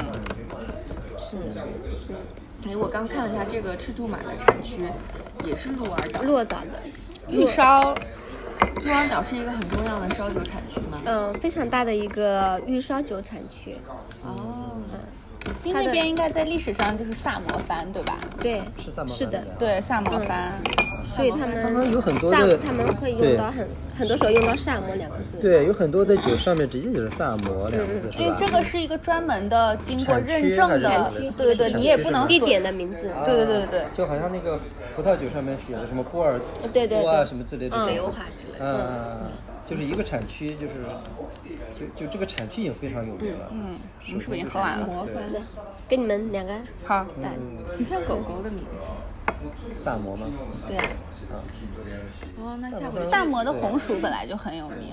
Speaker 6: 哎，我刚看了一下这个赤兔马的产区，也是鹿儿岛。
Speaker 8: 落岛的，
Speaker 7: 玉烧
Speaker 6: 鹿儿岛是一个很重要的烧酒产区吗？
Speaker 8: 嗯，非常大的一个玉烧酒产区，
Speaker 6: 哦，
Speaker 7: 因为那边应该在历史上就是萨摩藩对吧？
Speaker 8: 对，
Speaker 4: 是萨摩
Speaker 8: 是
Speaker 4: 藩
Speaker 8: 的
Speaker 4: 的，
Speaker 7: 对，萨摩藩。
Speaker 8: 所以他们
Speaker 4: 他们有很多
Speaker 8: 萨
Speaker 4: 的
Speaker 8: 他们会用到很很多时候用到“萨摩”两个字，
Speaker 4: 对，有很多的酒上面直接就是萨摩两个字，是
Speaker 7: 因为
Speaker 4: 吧？
Speaker 7: 这个是一个专门的经过
Speaker 4: 产区
Speaker 7: 认证
Speaker 4: 还是
Speaker 7: 的
Speaker 4: 产区，
Speaker 7: 对对对，
Speaker 4: 产区
Speaker 7: 你也
Speaker 4: 是
Speaker 7: 不
Speaker 4: 吧
Speaker 7: 能
Speaker 8: 地点的名字，哦
Speaker 7: 对对对对对。
Speaker 4: 呃
Speaker 7: 呃
Speaker 4: 就好像那个葡萄酒上面写的什么波尔
Speaker 8: 对对
Speaker 4: 多啊
Speaker 8: 对
Speaker 4: 什么之类的，
Speaker 8: 嗯
Speaker 4: 这
Speaker 6: 北
Speaker 4: 种
Speaker 6: 欧化之类的。
Speaker 4: 嗯，就是一个产区，就是就就这个产区已经非常有名了。嗯，
Speaker 7: 我们是不是已经喝完了？
Speaker 6: 魔法，
Speaker 8: 对，给你们两个
Speaker 7: 好，
Speaker 8: 蛋，
Speaker 6: 很像狗狗的名字。
Speaker 4: 萨摩吗？
Speaker 6: 对啊。哦，那下回
Speaker 7: 萨摩的红薯本来就很有名。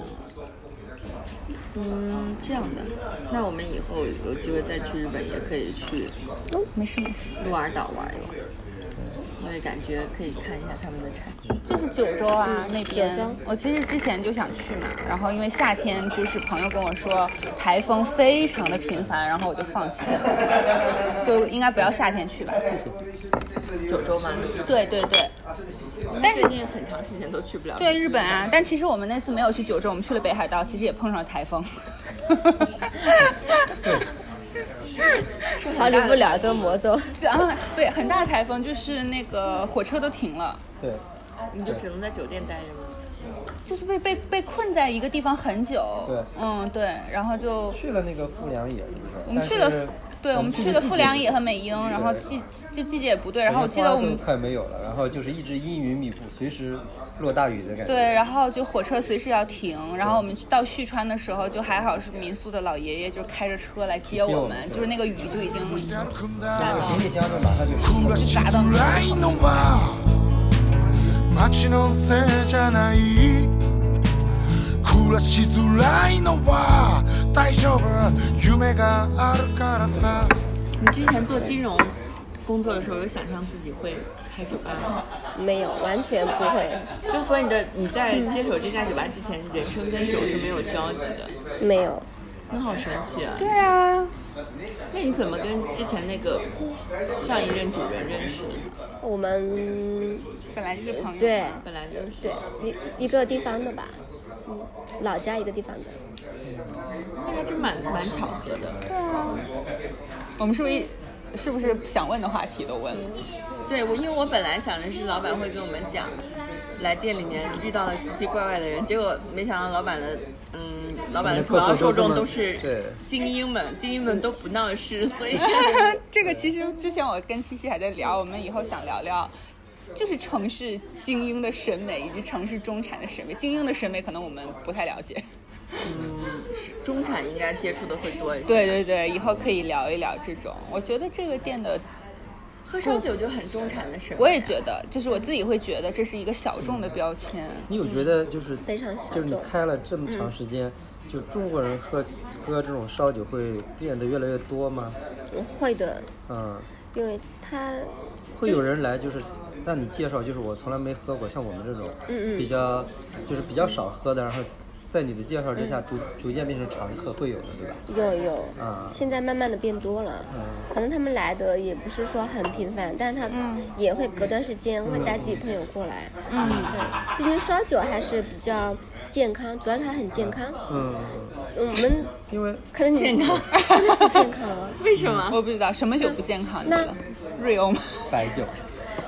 Speaker 6: 嗯这样的，那我们以后有机会再去日本，也可以去
Speaker 7: 哦没事没事，
Speaker 6: 鹿儿岛玩一玩，因为感觉可以看一下他们的产区。
Speaker 7: 就是九州啊那边
Speaker 8: 九州。
Speaker 7: 我其实之前就想去嘛，然后因为夏天就是朋友跟我说台风非常的频繁，然后我就放弃了，就应该不要夏天去吧。
Speaker 6: 九州吗？
Speaker 7: 对对对，
Speaker 6: 但最近很长时间都去不了。
Speaker 7: 对日本啊，但其实我们那次没有去九州，我们去了北海道，其实也碰上了台风。
Speaker 8: 逃离不了这个魔咒，
Speaker 7: 是啊，对，很大的台风，就是那个火车都停了，
Speaker 4: 对，
Speaker 6: 你就只能在酒店待着吗？
Speaker 7: 就是被被被困在一个地方很久。
Speaker 4: 对
Speaker 7: 嗯对，然后就
Speaker 4: 去了那个富良野，是不是？
Speaker 7: 我们去
Speaker 4: 但
Speaker 7: 了
Speaker 4: 是，
Speaker 7: 对，我们去了富良野和美瑛，然后季就季节也不对，然后我记得我
Speaker 4: 花
Speaker 7: 们
Speaker 4: 都快没有了，然后就是一直阴云密布，随时落大雨的感觉。
Speaker 7: 对，然后就火车随时要停，然后我们去到旭川的时候，就还好是民宿的老爷爷就开着车来接
Speaker 4: 接我
Speaker 7: 我
Speaker 4: 们
Speaker 7: 们，就是那个雨就已经
Speaker 1: 歩くんだ
Speaker 4: 行李箱就马上就
Speaker 1: 暮
Speaker 4: 湿
Speaker 1: ら
Speaker 4: 了。
Speaker 1: しづらいのは街のせいじゃない暮らしづらいのは大丈夫夢があるからさ
Speaker 6: 你之前做金融工作的时候，有想象自己会开酒吧吗？
Speaker 8: 没有，完全不会，
Speaker 6: 就所以你的你在接手这家酒吧之前，人生跟酒是没有交集的，
Speaker 8: 没有，
Speaker 6: 那好神奇啊！
Speaker 7: 对啊，
Speaker 6: 那你怎么跟之前那个上一任主人认识？
Speaker 8: 我们
Speaker 7: 本来就是朋友，
Speaker 8: 对
Speaker 6: 本来就是
Speaker 8: 对一一个地方的吧，嗯，老家一个地方的，
Speaker 6: 那还真蛮蛮巧合的。
Speaker 7: 我们是不是一是不是想问的话题都问了？
Speaker 6: 对我，因为我本来想着是老板会跟我们讲，来店里面遇到了奇奇怪怪的人，结果没想到老板的。嗯，老板的主要受众都是
Speaker 4: 对
Speaker 6: 精英们，精英们都不闹事，所以
Speaker 7: 这个其实之前我跟七七还在聊，我们以后想聊聊，就是城市精英的审美以及城市中产的审美。精英的审美可能我们不太了解。
Speaker 6: 中产应该接触的会多一些。
Speaker 7: 对对对，以后可以聊一聊这种。我觉得这个店的，
Speaker 6: 喝烧酒就很中产的事。
Speaker 7: 我也觉得，就是我自己会觉得这是一个小众的标签。
Speaker 4: 你有觉得就是
Speaker 8: 非常小
Speaker 4: 就是你
Speaker 8: 众
Speaker 4: 开了这么长时间，就中国人喝喝这种烧酒会变得越来越多吗？
Speaker 8: 会的，
Speaker 4: 嗯，
Speaker 8: 因为它
Speaker 4: 会有人来就是让你介绍，就是我从来没喝过，像我们这种比较就是比较少喝的，然后在你的介绍之下逐逐渐变成常客，会有的，对吧？嗯
Speaker 8: 有有
Speaker 4: 啊，
Speaker 8: 现在慢慢的变多了，可能他们来的也不是说很频繁，但是他
Speaker 7: 嗯
Speaker 8: 也会隔段时间会带自己朋友过来，嗯，对，毕竟烧酒还是比较健康，主要它很健康，
Speaker 4: 嗯，
Speaker 8: 我们
Speaker 4: 因为
Speaker 8: 可能你
Speaker 7: 健康
Speaker 8: 真的是健康啊，
Speaker 6: 为什么？
Speaker 7: 嗯我不知道什么酒不健康，你
Speaker 8: 那
Speaker 7: 觉得瑞欧吗？
Speaker 4: 白酒，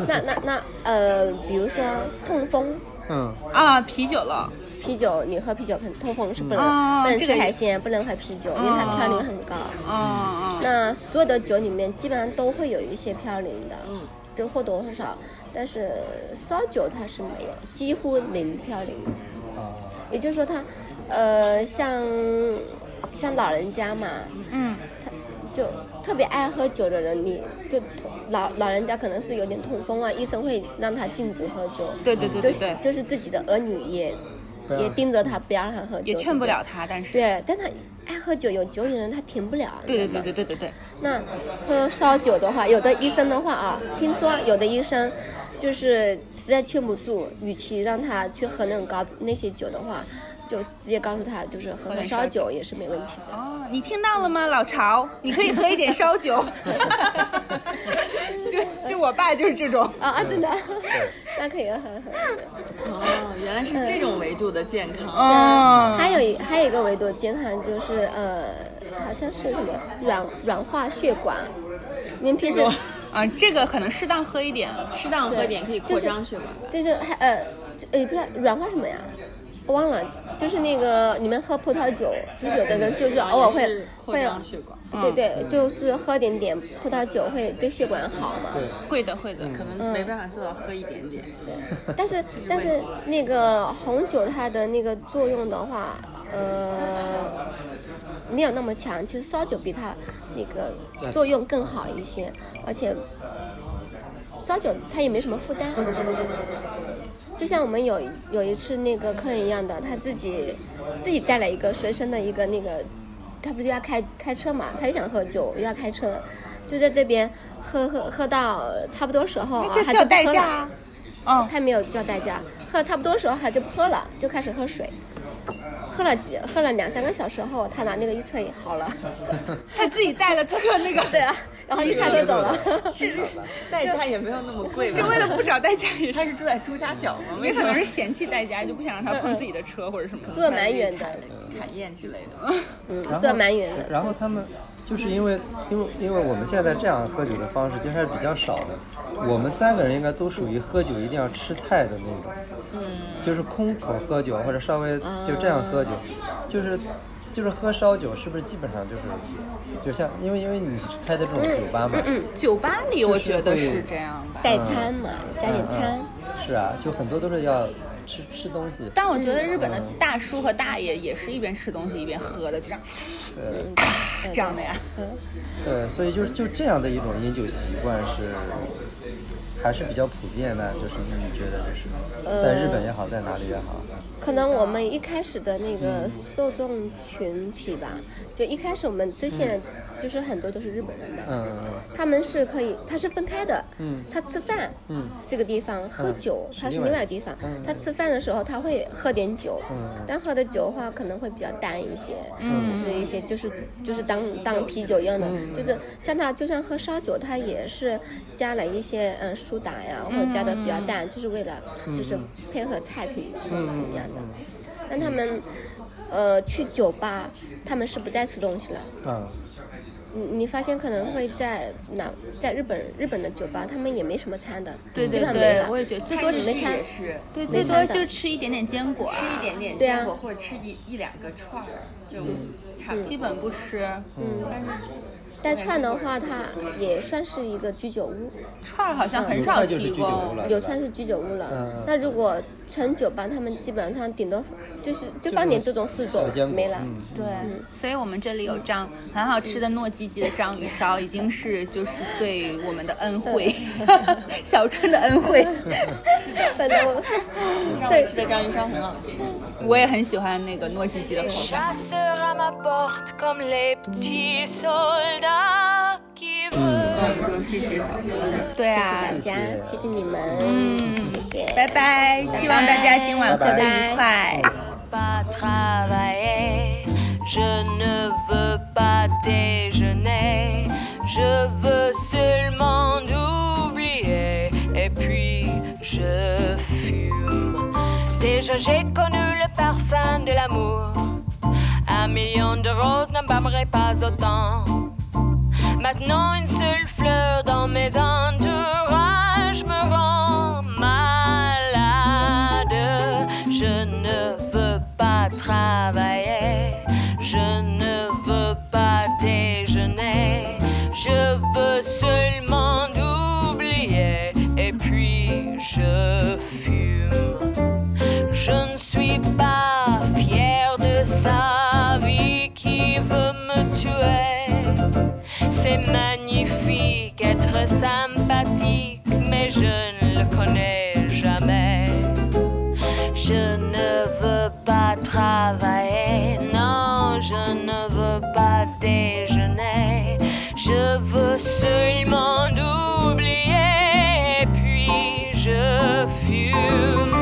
Speaker 8: 那那那呃，比如说痛风。
Speaker 4: 嗯，
Speaker 7: 啊，啤酒了，
Speaker 8: 啤酒，你喝啤酒很痛风是不能、
Speaker 7: 哦
Speaker 8: 不能
Speaker 7: 这
Speaker 8: 吃
Speaker 7: 个也哦
Speaker 8: 海鲜，不能喝啤酒，因为它嘌呤很高。
Speaker 7: 嗯嗯，
Speaker 8: 那所有的酒里面基本上都会有一些嘌呤的，
Speaker 7: 嗯
Speaker 8: 就或多或少。但是烧酒它是没有，几乎零嘌呤。
Speaker 4: 啊，
Speaker 8: 也就是说它，呃，像像老人家嘛，
Speaker 7: 嗯，
Speaker 8: 他就特别爱喝酒的人，你就老老人家可能是有点痛风啊，医生会让他禁止喝酒。
Speaker 7: 对对对对
Speaker 8: 就是
Speaker 7: 对，
Speaker 8: 就是自己的儿女也
Speaker 4: 不要
Speaker 8: 也盯着他，不要让他喝酒，
Speaker 7: 也劝不
Speaker 8: 对对
Speaker 7: 了他，但是，
Speaker 8: 对，但他爱喝酒，有酒瘾的人他停不了。啊
Speaker 7: 对对
Speaker 8: 你知道
Speaker 7: 对
Speaker 8: 吗
Speaker 7: 对对对对，
Speaker 8: 那喝烧酒的话，有的医生的话啊，听说有的医生就是实在劝不住，与其让他去喝那种高那些酒的话，就直接告诉他，就是喝喝
Speaker 7: 点
Speaker 8: 烧
Speaker 7: 烧
Speaker 8: 酒也是没问题的。
Speaker 7: 哦，你听到了吗，老曹？你可以喝一点烧 酒。就就我爸就是这种，
Speaker 8: 啊啊，真的， 那可以喝喝。
Speaker 6: 哦，原来是这种维度的健康。
Speaker 7: 嗯，
Speaker 8: 还有一还有一个维度健康就是呃，好像是什么软软化血管，因为平时。
Speaker 7: 啊，这个可能适当喝一点，
Speaker 6: 适当喝点可以扩张血管。
Speaker 8: 就是还呃，就呃，不是软化什么呀？我忘了，就是那个你们喝葡萄酒，有的人就是偶尔
Speaker 6: 也
Speaker 8: 会
Speaker 6: 是扩
Speaker 8: 会有
Speaker 6: 张，血管，
Speaker 8: 对对，就是喝点点葡萄酒会对血管好嘛。
Speaker 4: 对，
Speaker 7: 会的会的。
Speaker 6: 可能没办法做到喝一点点。
Speaker 8: 对，但是但是那个红酒它的那个作用的话，呃，没有那么强。其实烧酒比它那个作用更好一些，而且烧酒它也没什么负担。就像我们有有一次那个客人一样的，他自己自己带了一个随身的一个那个，他不是要开开车嘛，他也想喝酒，又要开车，就在这边喝喝喝到差不多时候啊，
Speaker 7: 这
Speaker 8: 他
Speaker 7: 叫
Speaker 8: 就不
Speaker 7: 代
Speaker 8: 喝
Speaker 7: 驾
Speaker 8: 了
Speaker 7: 啊。嗯，
Speaker 8: 他没有叫代驾，喝差不多时候他就不喝了，就开始喝水，喝了几喝了两三个小时后，他拿那个一吹好了，
Speaker 7: 他自己带了这个 那个，
Speaker 8: 对啊，然后一开就走了，
Speaker 6: 代价也没有那么贵吧
Speaker 7: 这？为了不找代驾也
Speaker 6: 他
Speaker 7: 是，
Speaker 6: 是住在朱家角吗？
Speaker 7: 也可能是嫌弃代驾，就不想让他碰自己的车或者什么
Speaker 8: 住
Speaker 7: 的。
Speaker 8: 的蛮远的，
Speaker 6: 凯宴之类的。
Speaker 8: 嗯，
Speaker 4: 然
Speaker 8: 住的
Speaker 4: 后
Speaker 8: 蛮远的，
Speaker 4: 然后他们就是因为因为因为我们现在这样喝酒的方式其实还是比较少的，我们三个人应该都属于喝酒一定要吃菜的那种，嗯，就是空口喝酒或者稍微就这样喝酒，就是。就是喝烧酒，是不是基本上就是，就像因为因为你是开的这种酒吧嘛，
Speaker 7: 酒吧里我觉得
Speaker 4: 就是是会
Speaker 7: 这样吧，
Speaker 8: 代餐嘛，加点
Speaker 4: 嗯
Speaker 8: 餐，
Speaker 4: 是啊，就很多都是要吃吃东西，
Speaker 7: 但我觉得日本的大叔和大爷也是一边吃东西一边喝的，这样
Speaker 8: 对
Speaker 7: 这样的呀。
Speaker 4: 对，呃所以就是就这样的一种饮酒习惯是还是比较普遍的，就是你觉得就是在日本也好，在哪里也好，
Speaker 8: 可能我们一开始的那个受众群体吧，就一开始我们之前就是很多都是日本人的，
Speaker 4: 嗯嗯嗯
Speaker 8: 他们是可以，他是分开的。
Speaker 4: 嗯
Speaker 8: 他吃饭，
Speaker 4: 嗯
Speaker 8: 是个地方，喝酒，
Speaker 4: 是
Speaker 8: 他是
Speaker 4: 另外
Speaker 8: 另外一个地方。
Speaker 4: 嗯
Speaker 8: 他吃饭的时候他会喝点酒，
Speaker 4: 嗯
Speaker 8: 但喝的酒的话可能会比较淡一些，就是一些就是就是当当啤酒一样的，
Speaker 4: 嗯
Speaker 8: 就是像他就算喝烧酒，他也是加了一些嗯苏打呀，或者加的比较淡，就是为了
Speaker 4: 嗯
Speaker 8: 就是配合菜品的、怎么样的。但他们呃去酒吧，他们是不再吃东西了。
Speaker 4: 嗯，
Speaker 8: 你你发现可能会在哪，在日本日本的酒吧，他们也没什么餐的，对
Speaker 7: 对
Speaker 8: 基本上没
Speaker 7: 对，
Speaker 8: 了
Speaker 7: 我。也觉得最
Speaker 6: 他
Speaker 7: 多
Speaker 6: 日
Speaker 7: 吃
Speaker 6: 式也是
Speaker 7: 对，
Speaker 8: 没
Speaker 7: 最
Speaker 8: 想
Speaker 7: 多
Speaker 8: 到
Speaker 7: 就吃一点点坚果啊，嗯
Speaker 6: 吃一点点
Speaker 8: 对啊
Speaker 6: 坚果或者吃一一两个串儿，就差不多
Speaker 7: 基。本不吃。
Speaker 6: 但是
Speaker 8: 但串的话，它也算是一个居酒屋，
Speaker 7: 串儿好像很
Speaker 4: 有
Speaker 7: 少
Speaker 4: 嗯菜就是
Speaker 7: 提
Speaker 4: 居酒屋
Speaker 7: 供，
Speaker 4: 了，
Speaker 8: 有
Speaker 4: 对吧
Speaker 8: 串是居酒屋了
Speaker 4: 嗯。
Speaker 8: 那如果纯酒吧他们基本上顶多就是就放点这种四种
Speaker 4: 小坚果
Speaker 8: 没了。
Speaker 4: 嗯
Speaker 7: 对，所以我们这里有章很好吃的糯叽叽的章鱼烧，已经是就是对我们的恩惠， 小春的恩惠。
Speaker 8: 反正我 所以
Speaker 6: 吃的章鱼烧很好吃。
Speaker 7: 我也很喜欢那个糯叽叽的口感。
Speaker 3: Chasseur à ma porte comme les petits soldats qui veulent.
Speaker 6: 就谢谢小哥。
Speaker 7: 对啊，
Speaker 8: 大家
Speaker 4: 谢
Speaker 8: 谢
Speaker 4: 谢
Speaker 8: 谢你们，嗯，谢谢，
Speaker 7: 拜拜，希望大家今晚喝得愉快。
Speaker 3: pas travailler, je ne veux pas déjeuner, je veux seulement oublier. Et puis je fume. Déjà j'ai connu le parfum de l'amour. Un million de roses n'embarmerait pas autant. Maintenant une seule fleur dans mes entourages me rend malade. Je ne veux pas travailler, je ne veux pas déjeuner, je veux seulement oublier et puis je fume. Je ne suis pas fière de sa vie qui veut me tuer. C'est magnifique être sympathique, mais je ne le connais jamais. Je ne veux pas travailler, non, je ne veux pas déjeuner. Je veux seulement oublier, puis je fume.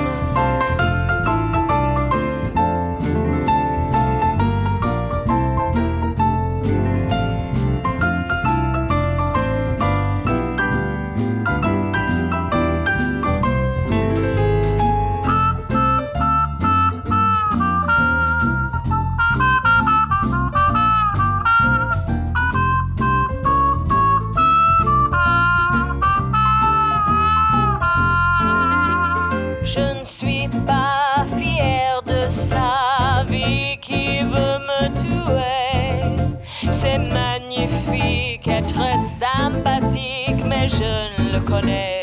Speaker 3: Je ne suis pas fière de sa vie qui veut me tuer. C'est magnifique être sympathique, mais je ne le connais